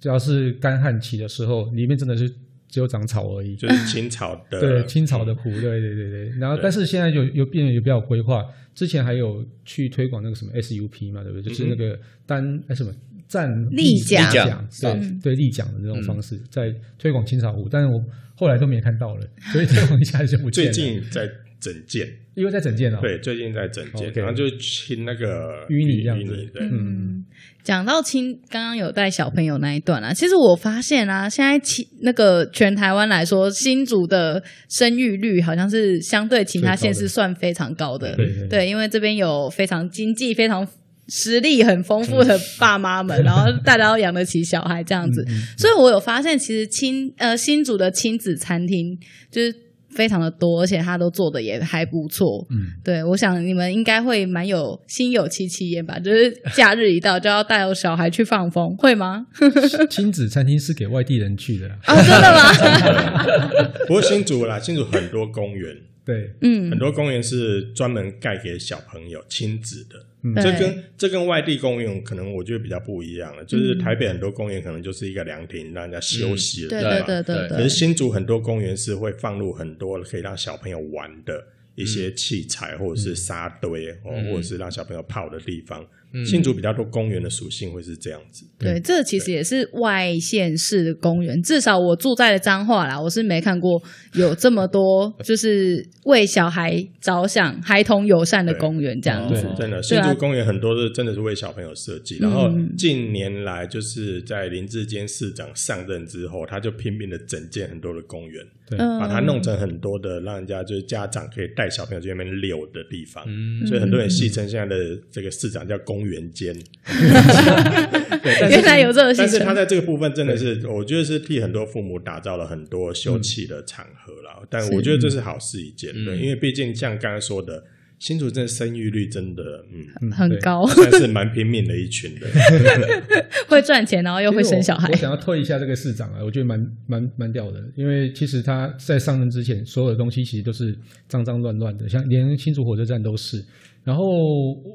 [SPEAKER 4] 只要是干旱期的时候，里面真的是只有长草而已，
[SPEAKER 5] 就是青草的，嗯
[SPEAKER 4] 对，青草的湖，对对对对。然后，
[SPEAKER 5] 呃对
[SPEAKER 4] 但是现在有有变得有比较有规划，之前还有去推广那个什么 SUP 嘛，对不对？就是
[SPEAKER 5] 嗯
[SPEAKER 4] 那个单哎什么站
[SPEAKER 3] 立嗯桨
[SPEAKER 2] 立
[SPEAKER 4] 桨
[SPEAKER 2] 桨，
[SPEAKER 4] 对对立桨的这种
[SPEAKER 5] 嗯
[SPEAKER 4] 方式在推广青草湖，但是我后来都没看到了，所以推广一下就不见
[SPEAKER 5] 最
[SPEAKER 4] 了。
[SPEAKER 5] 近在整建。
[SPEAKER 4] 因为在整建啊了，
[SPEAKER 5] 对，最近在整建，
[SPEAKER 4] OK
[SPEAKER 5] 然后就清那个
[SPEAKER 4] 淤泥这样
[SPEAKER 5] 淤
[SPEAKER 4] 子
[SPEAKER 5] 泥对，
[SPEAKER 3] 嗯，讲到亲，刚刚有带小朋友那一段啊，其实我发现啊，现在其那个全台湾来说，新竹的生育率好像是相对其他县市算非常高的，
[SPEAKER 4] 对对对
[SPEAKER 3] 因为这边有非常经济非常。实力很丰
[SPEAKER 4] 嗯
[SPEAKER 3] 富的爸妈们，然后大家都养得起小孩这样
[SPEAKER 4] 嗯
[SPEAKER 3] 子，所以我有发现，其实亲呃新竹的亲子餐厅就是非常的多，而且他都做的也还不错。
[SPEAKER 4] 嗯，
[SPEAKER 3] 对，我想你们应该会蛮有心有戚戚焉吧？就是假日一到就要带小孩去放风，会 吗？
[SPEAKER 4] 嗯亲子餐厅是给外地人去的啦，
[SPEAKER 3] 哦，真的 吗？
[SPEAKER 5] 不过新竹啦， 新竹很多公园，
[SPEAKER 4] 对，
[SPEAKER 5] 很
[SPEAKER 3] 嗯，
[SPEAKER 5] 多公园是专门盖给小朋友亲子的。
[SPEAKER 4] 嗯
[SPEAKER 5] 这
[SPEAKER 3] 对
[SPEAKER 5] 跟这跟外地公园可能我觉得比较不一样了，
[SPEAKER 3] 嗯
[SPEAKER 5] 就是台北很多公园可能就是一个凉亭，让人家休息的
[SPEAKER 3] 对
[SPEAKER 5] 地方。
[SPEAKER 3] 对对
[SPEAKER 5] 可是
[SPEAKER 3] 对，
[SPEAKER 5] 新竹很多公园是会放入很多可以让小朋友玩的一些器材，或者是沙堆，哦，
[SPEAKER 2] 嗯
[SPEAKER 5] 或者是让小朋友泡的地方。
[SPEAKER 2] 嗯
[SPEAKER 5] 新竹比较多公园的属性会是这样子。
[SPEAKER 3] 对，这其实也是外县市的公园，至少我住在的彰化啦，我是没看过有这么 多就是为小孩着想、孩童友善的公园这
[SPEAKER 5] 哦
[SPEAKER 3] 样
[SPEAKER 2] 对
[SPEAKER 3] 子。
[SPEAKER 5] 真的，
[SPEAKER 3] 对
[SPEAKER 5] 新
[SPEAKER 3] 啊嗯
[SPEAKER 5] 竹公园很多是真的是为小朋友设计。然后近年来，就是在林志坚市长上任之后，他就拼命的整建很多的公园，
[SPEAKER 3] 嗯，
[SPEAKER 5] 把它弄成很多的让人家就是家长可以带小朋友去那边溜的地方。
[SPEAKER 2] 嗯
[SPEAKER 5] 所以很多人戏称现在的这个市长叫公园间，
[SPEAKER 3] 原来有这个
[SPEAKER 5] 但
[SPEAKER 3] 戏
[SPEAKER 5] 是他
[SPEAKER 3] 称。
[SPEAKER 5] 在这个部分真的是，我觉得是替很多父母打造了很多休憩的场合啦。但我觉得这是好事一件，
[SPEAKER 2] 嗯
[SPEAKER 5] 对，因为毕竟像刚刚说的，新竹镇生育率真的，嗯，
[SPEAKER 4] 嗯
[SPEAKER 3] 很。高，
[SPEAKER 5] 算是蛮拼命的一群人。
[SPEAKER 3] 会赚钱，然后又
[SPEAKER 4] 对
[SPEAKER 3] 会生小孩
[SPEAKER 4] 其实我。我想要退一下这个市长啊，我觉得蛮蛮蛮屌的，因为其实他在上任之前，所有的东西其实都是脏脏乱乱的，像连新竹火车站都是。然后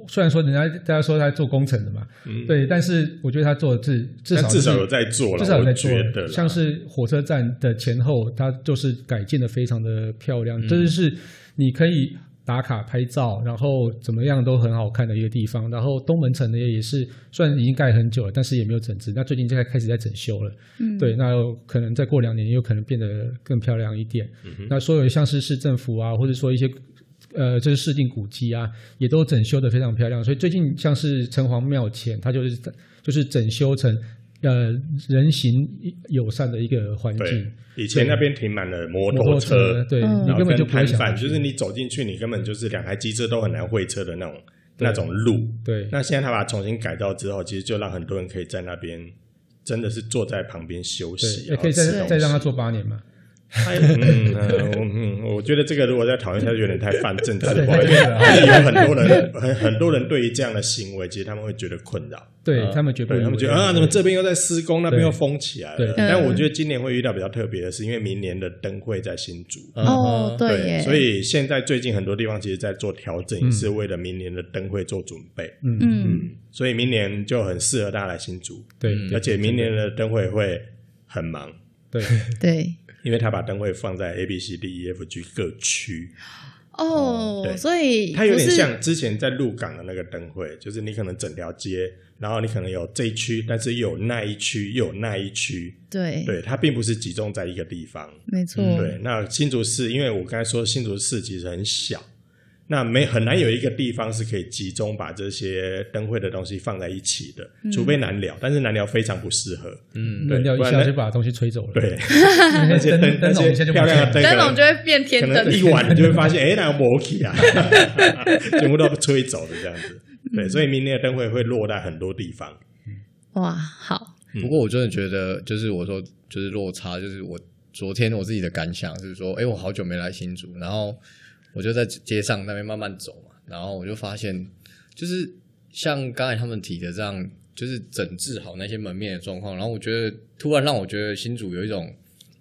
[SPEAKER 4] 虽然说人家大家说他做工程的嘛，
[SPEAKER 5] 嗯
[SPEAKER 4] 对，但是我觉得他做的至至少
[SPEAKER 5] 但至少
[SPEAKER 4] 是
[SPEAKER 5] 有在做了，
[SPEAKER 4] 至少有在做
[SPEAKER 5] 我觉得啦
[SPEAKER 4] 像是火车站的前后，它就是改建的非常的漂
[SPEAKER 5] 嗯
[SPEAKER 4] 亮，真的是你可以打卡拍照，然后怎么样都很好看的一个地方。然后东门城呢也是，虽然已经盖很久了，但是也没有整治，那最近在开始在整修了。
[SPEAKER 3] 嗯，
[SPEAKER 4] 对，那有可能再过两年，有可能变得更漂亮一点。
[SPEAKER 5] 嗯
[SPEAKER 4] 那所有像是市政府啊，或者说一些呃，就是市定古迹啊，也都整修的非常漂亮。所以最近像是城隍庙前，它就是就是整修成呃人行友善的一个环境
[SPEAKER 5] 对，，以前那边停满了摩
[SPEAKER 4] 摩托
[SPEAKER 5] 车，
[SPEAKER 4] 对、
[SPEAKER 3] 嗯
[SPEAKER 4] 你
[SPEAKER 5] 然后
[SPEAKER 4] 根本就不
[SPEAKER 5] 跟
[SPEAKER 4] 会
[SPEAKER 5] 摊
[SPEAKER 4] 想
[SPEAKER 5] 贩，
[SPEAKER 4] 去
[SPEAKER 5] 就是你走进去，你根本就是两台机车都很难会车的那种那种路。
[SPEAKER 4] 对
[SPEAKER 5] 那现在他把它重新改造之后，其实就让很多人可以在那边真的是坐在旁边休息，
[SPEAKER 4] 对，也
[SPEAKER 5] 啊然后
[SPEAKER 4] 可以
[SPEAKER 5] 吃
[SPEAKER 4] 再
[SPEAKER 5] 东
[SPEAKER 4] 再让
[SPEAKER 5] 西
[SPEAKER 4] 他做八年嘛。
[SPEAKER 5] 哎嗯，呃我嗯，我觉得这个如果再讨论下去有点太泛政治化，
[SPEAKER 4] 对
[SPEAKER 5] 因为
[SPEAKER 4] 对啊
[SPEAKER 5] 因为有很多人很很多人对于这样的行为，其实他们会觉得困扰，
[SPEAKER 4] 对
[SPEAKER 5] 呃
[SPEAKER 4] 他们觉得嗯
[SPEAKER 5] 对他们觉得啊，怎么这边又在施工，那边
[SPEAKER 4] 对
[SPEAKER 5] 又封起来
[SPEAKER 4] 对
[SPEAKER 5] 了？
[SPEAKER 4] 对
[SPEAKER 3] 嗯
[SPEAKER 5] 但我觉得今年会遇到比较特别的是，因为明年的灯会在新竹，
[SPEAKER 2] 嗯，
[SPEAKER 3] 哦对耶，
[SPEAKER 5] 所以现在最近很多地方其实在做调整，也是为了明年的灯会做准备。
[SPEAKER 4] 嗯，
[SPEAKER 1] 嗯，
[SPEAKER 5] 所以明年就很适合大家来新竹，
[SPEAKER 4] 对
[SPEAKER 2] 嗯
[SPEAKER 5] 而且明年的灯会会很忙，
[SPEAKER 4] 对，
[SPEAKER 5] 嗯
[SPEAKER 3] 对。
[SPEAKER 5] 因为他把灯会放在 A、B、C、D、E、F、G 各区，
[SPEAKER 3] 哦
[SPEAKER 5] 对，
[SPEAKER 3] 所以
[SPEAKER 5] 它有点
[SPEAKER 3] 不是
[SPEAKER 5] 像之前在鹿港的那个灯会，就是你可能整条街，然后你可能有这一区，但是又有那一区，又有那一区，
[SPEAKER 3] 对，
[SPEAKER 5] 对，它并不是集中在一个地方。
[SPEAKER 3] 没错，
[SPEAKER 2] 嗯
[SPEAKER 5] 对，那新竹市，因为我刚才说新竹市其实很小，那没很难有一个地方是可以集中把这些灯会的东西放在一起的，除非南寮，但是南寮非常不适合。
[SPEAKER 2] 嗯，
[SPEAKER 5] 对
[SPEAKER 4] 扔掉一
[SPEAKER 5] 不然
[SPEAKER 4] 下
[SPEAKER 5] 那
[SPEAKER 4] 就把东西吹走了，
[SPEAKER 5] 对，
[SPEAKER 4] 那
[SPEAKER 5] 那
[SPEAKER 4] 些
[SPEAKER 5] 些灯，
[SPEAKER 4] 灯
[SPEAKER 5] 那
[SPEAKER 4] 灯
[SPEAKER 5] 些
[SPEAKER 4] 笼一下就不
[SPEAKER 5] 漂
[SPEAKER 4] 见
[SPEAKER 5] 亮的
[SPEAKER 4] 了
[SPEAKER 5] 灯，
[SPEAKER 3] 灯笼就会变天
[SPEAKER 5] 可
[SPEAKER 3] 灯
[SPEAKER 5] 能，一晚你就会发现，哎，那摩起啊， 全部都吹走了这样子。对，所以明年的灯会会落在很多地方。
[SPEAKER 3] 哇，好，
[SPEAKER 2] 不过我真的觉得，就是我说，就是落差，就是我昨天我自己的感想是说，哎，我好久没来新竹，然后我就在街上那边慢慢走嘛，然后我就发现，就是像刚才他们提的这样，就是整治好那些门面的状况，然后我觉得突然让我觉得新竹有一种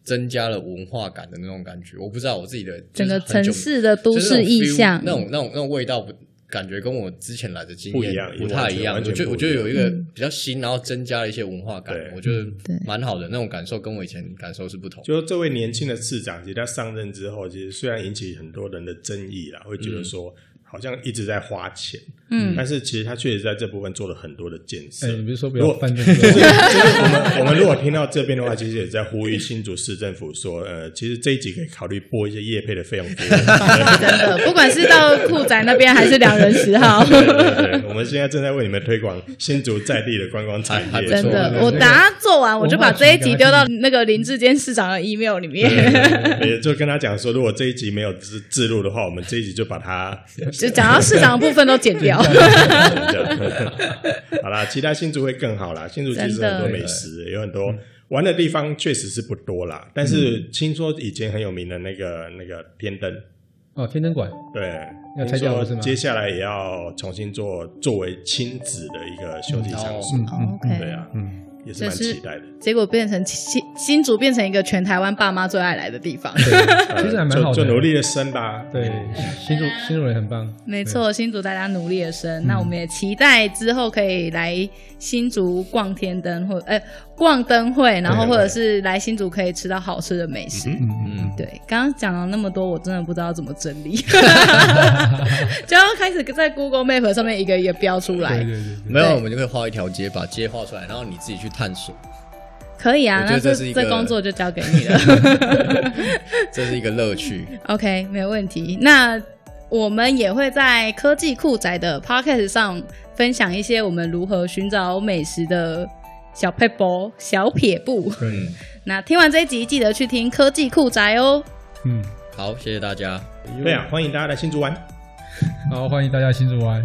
[SPEAKER 2] 增加了文化感的那种感觉，我不知道我自己的
[SPEAKER 3] 整个
[SPEAKER 2] 就是很
[SPEAKER 3] 城
[SPEAKER 2] 久
[SPEAKER 3] 市的都
[SPEAKER 2] 就是那
[SPEAKER 3] 市
[SPEAKER 2] 种
[SPEAKER 3] 意
[SPEAKER 2] feel，
[SPEAKER 3] 象，
[SPEAKER 2] 那种那种那种味道不。感觉跟我之前来的经
[SPEAKER 5] 不一
[SPEAKER 2] 验
[SPEAKER 5] 样
[SPEAKER 2] 不太一样，
[SPEAKER 5] 完
[SPEAKER 2] 我
[SPEAKER 5] 全
[SPEAKER 2] 觉得
[SPEAKER 5] 完全
[SPEAKER 2] 我觉
[SPEAKER 5] 不一样
[SPEAKER 2] 得有一个
[SPEAKER 3] 嗯
[SPEAKER 2] 比较新，然后增加了一些文化感
[SPEAKER 5] 对，
[SPEAKER 2] 我觉得
[SPEAKER 3] 对
[SPEAKER 2] 蛮好的那种感受，跟我以前感受是不同。
[SPEAKER 5] 就是这位年轻的市长，其实他上任之后，其实虽然引起很多人的争议啦，会觉得说好像一直在花钱，
[SPEAKER 3] 嗯，
[SPEAKER 5] 但是其实他确实在这部分做了很多的建设
[SPEAKER 4] 哎，。你不是说不
[SPEAKER 5] 如
[SPEAKER 4] 要
[SPEAKER 5] 果
[SPEAKER 4] 犯就
[SPEAKER 5] 就是
[SPEAKER 4] 不
[SPEAKER 5] 就
[SPEAKER 4] 要
[SPEAKER 5] 是我们我们如果听到这边的话，其实也在呼吁新竹市政府说，呃，其实这一集可以考虑播一些业配的费用给我们。
[SPEAKER 3] 真的，不管是到酷宅那边还是两人十 号，
[SPEAKER 5] 对对对，我们现在正在为你们推广新竹在地的观光产
[SPEAKER 2] 还还
[SPEAKER 5] 业
[SPEAKER 2] 不。
[SPEAKER 3] 真
[SPEAKER 2] 错
[SPEAKER 3] 的
[SPEAKER 2] 对，
[SPEAKER 3] 我等下做完我就把这一集
[SPEAKER 4] 文化局
[SPEAKER 3] 丢到那个林志坚市长的 email 里面，
[SPEAKER 5] 也就跟他讲说，如果这一集没有自自录的话，我们这一集就把它
[SPEAKER 3] 就讲到市长的部分都剪 掉。
[SPEAKER 5] 好啦，其他新竹会更好啦。新竹其实
[SPEAKER 3] 真的
[SPEAKER 5] 很多美食，有很多玩的地方，确实是不多啦。但是听说以前很有名的那个那个天灯，
[SPEAKER 4] 哦，天灯馆
[SPEAKER 5] 对，
[SPEAKER 4] 要
[SPEAKER 5] 听
[SPEAKER 4] 拆掉
[SPEAKER 5] 说
[SPEAKER 4] 了是吗
[SPEAKER 5] 接下来也要重新做作为亲子的一个休息场所，
[SPEAKER 2] 嗯
[SPEAKER 4] 嗯
[SPEAKER 3] OK
[SPEAKER 5] 对啊，
[SPEAKER 4] 嗯，
[SPEAKER 5] 也是蛮
[SPEAKER 3] 这是
[SPEAKER 5] 期待的。
[SPEAKER 3] 结果变成新新竹变成一个全台湾爸妈最爱来的地方。
[SPEAKER 5] 呃
[SPEAKER 4] 其实还蛮好的
[SPEAKER 5] 就就努力的生吧。
[SPEAKER 4] 对，新竹新竹人很棒，
[SPEAKER 3] 没错，新竹大家努力的
[SPEAKER 2] 嗯
[SPEAKER 3] 生，那我们也期待之后可以来新竹逛天灯或呃逛灯会，然后或者是来新竹可以吃到好吃的美食。
[SPEAKER 4] 嗯嗯
[SPEAKER 2] 嗯，
[SPEAKER 3] 对，刚刚讲了那么多，我真的不知道怎么整 理， 就要开始在 Google Map 上面一个一个标出
[SPEAKER 4] 对
[SPEAKER 3] 来。
[SPEAKER 4] 对对对，
[SPEAKER 2] 没有，我们就会画一条街，把街画出来，然后你自己去探索，
[SPEAKER 3] 可以啊，
[SPEAKER 2] 我觉
[SPEAKER 3] 那
[SPEAKER 2] 得
[SPEAKER 3] 这
[SPEAKER 2] 这是一个
[SPEAKER 3] 这工作就交给你了。
[SPEAKER 2] 这是一个乐 趣。
[SPEAKER 3] OK，没有问题。那我们也会在科技酷宅的 Podcast 上分享一些我们如何寻找美食的小 p e 小撇步。
[SPEAKER 2] 嗯，
[SPEAKER 3] 那听完这一集，记得去听科技酷宅哦。
[SPEAKER 4] 嗯，
[SPEAKER 2] 好，谢谢大家。
[SPEAKER 5] 对啊，欢迎大家来新竹玩。
[SPEAKER 4] 好，欢迎大家新竹玩。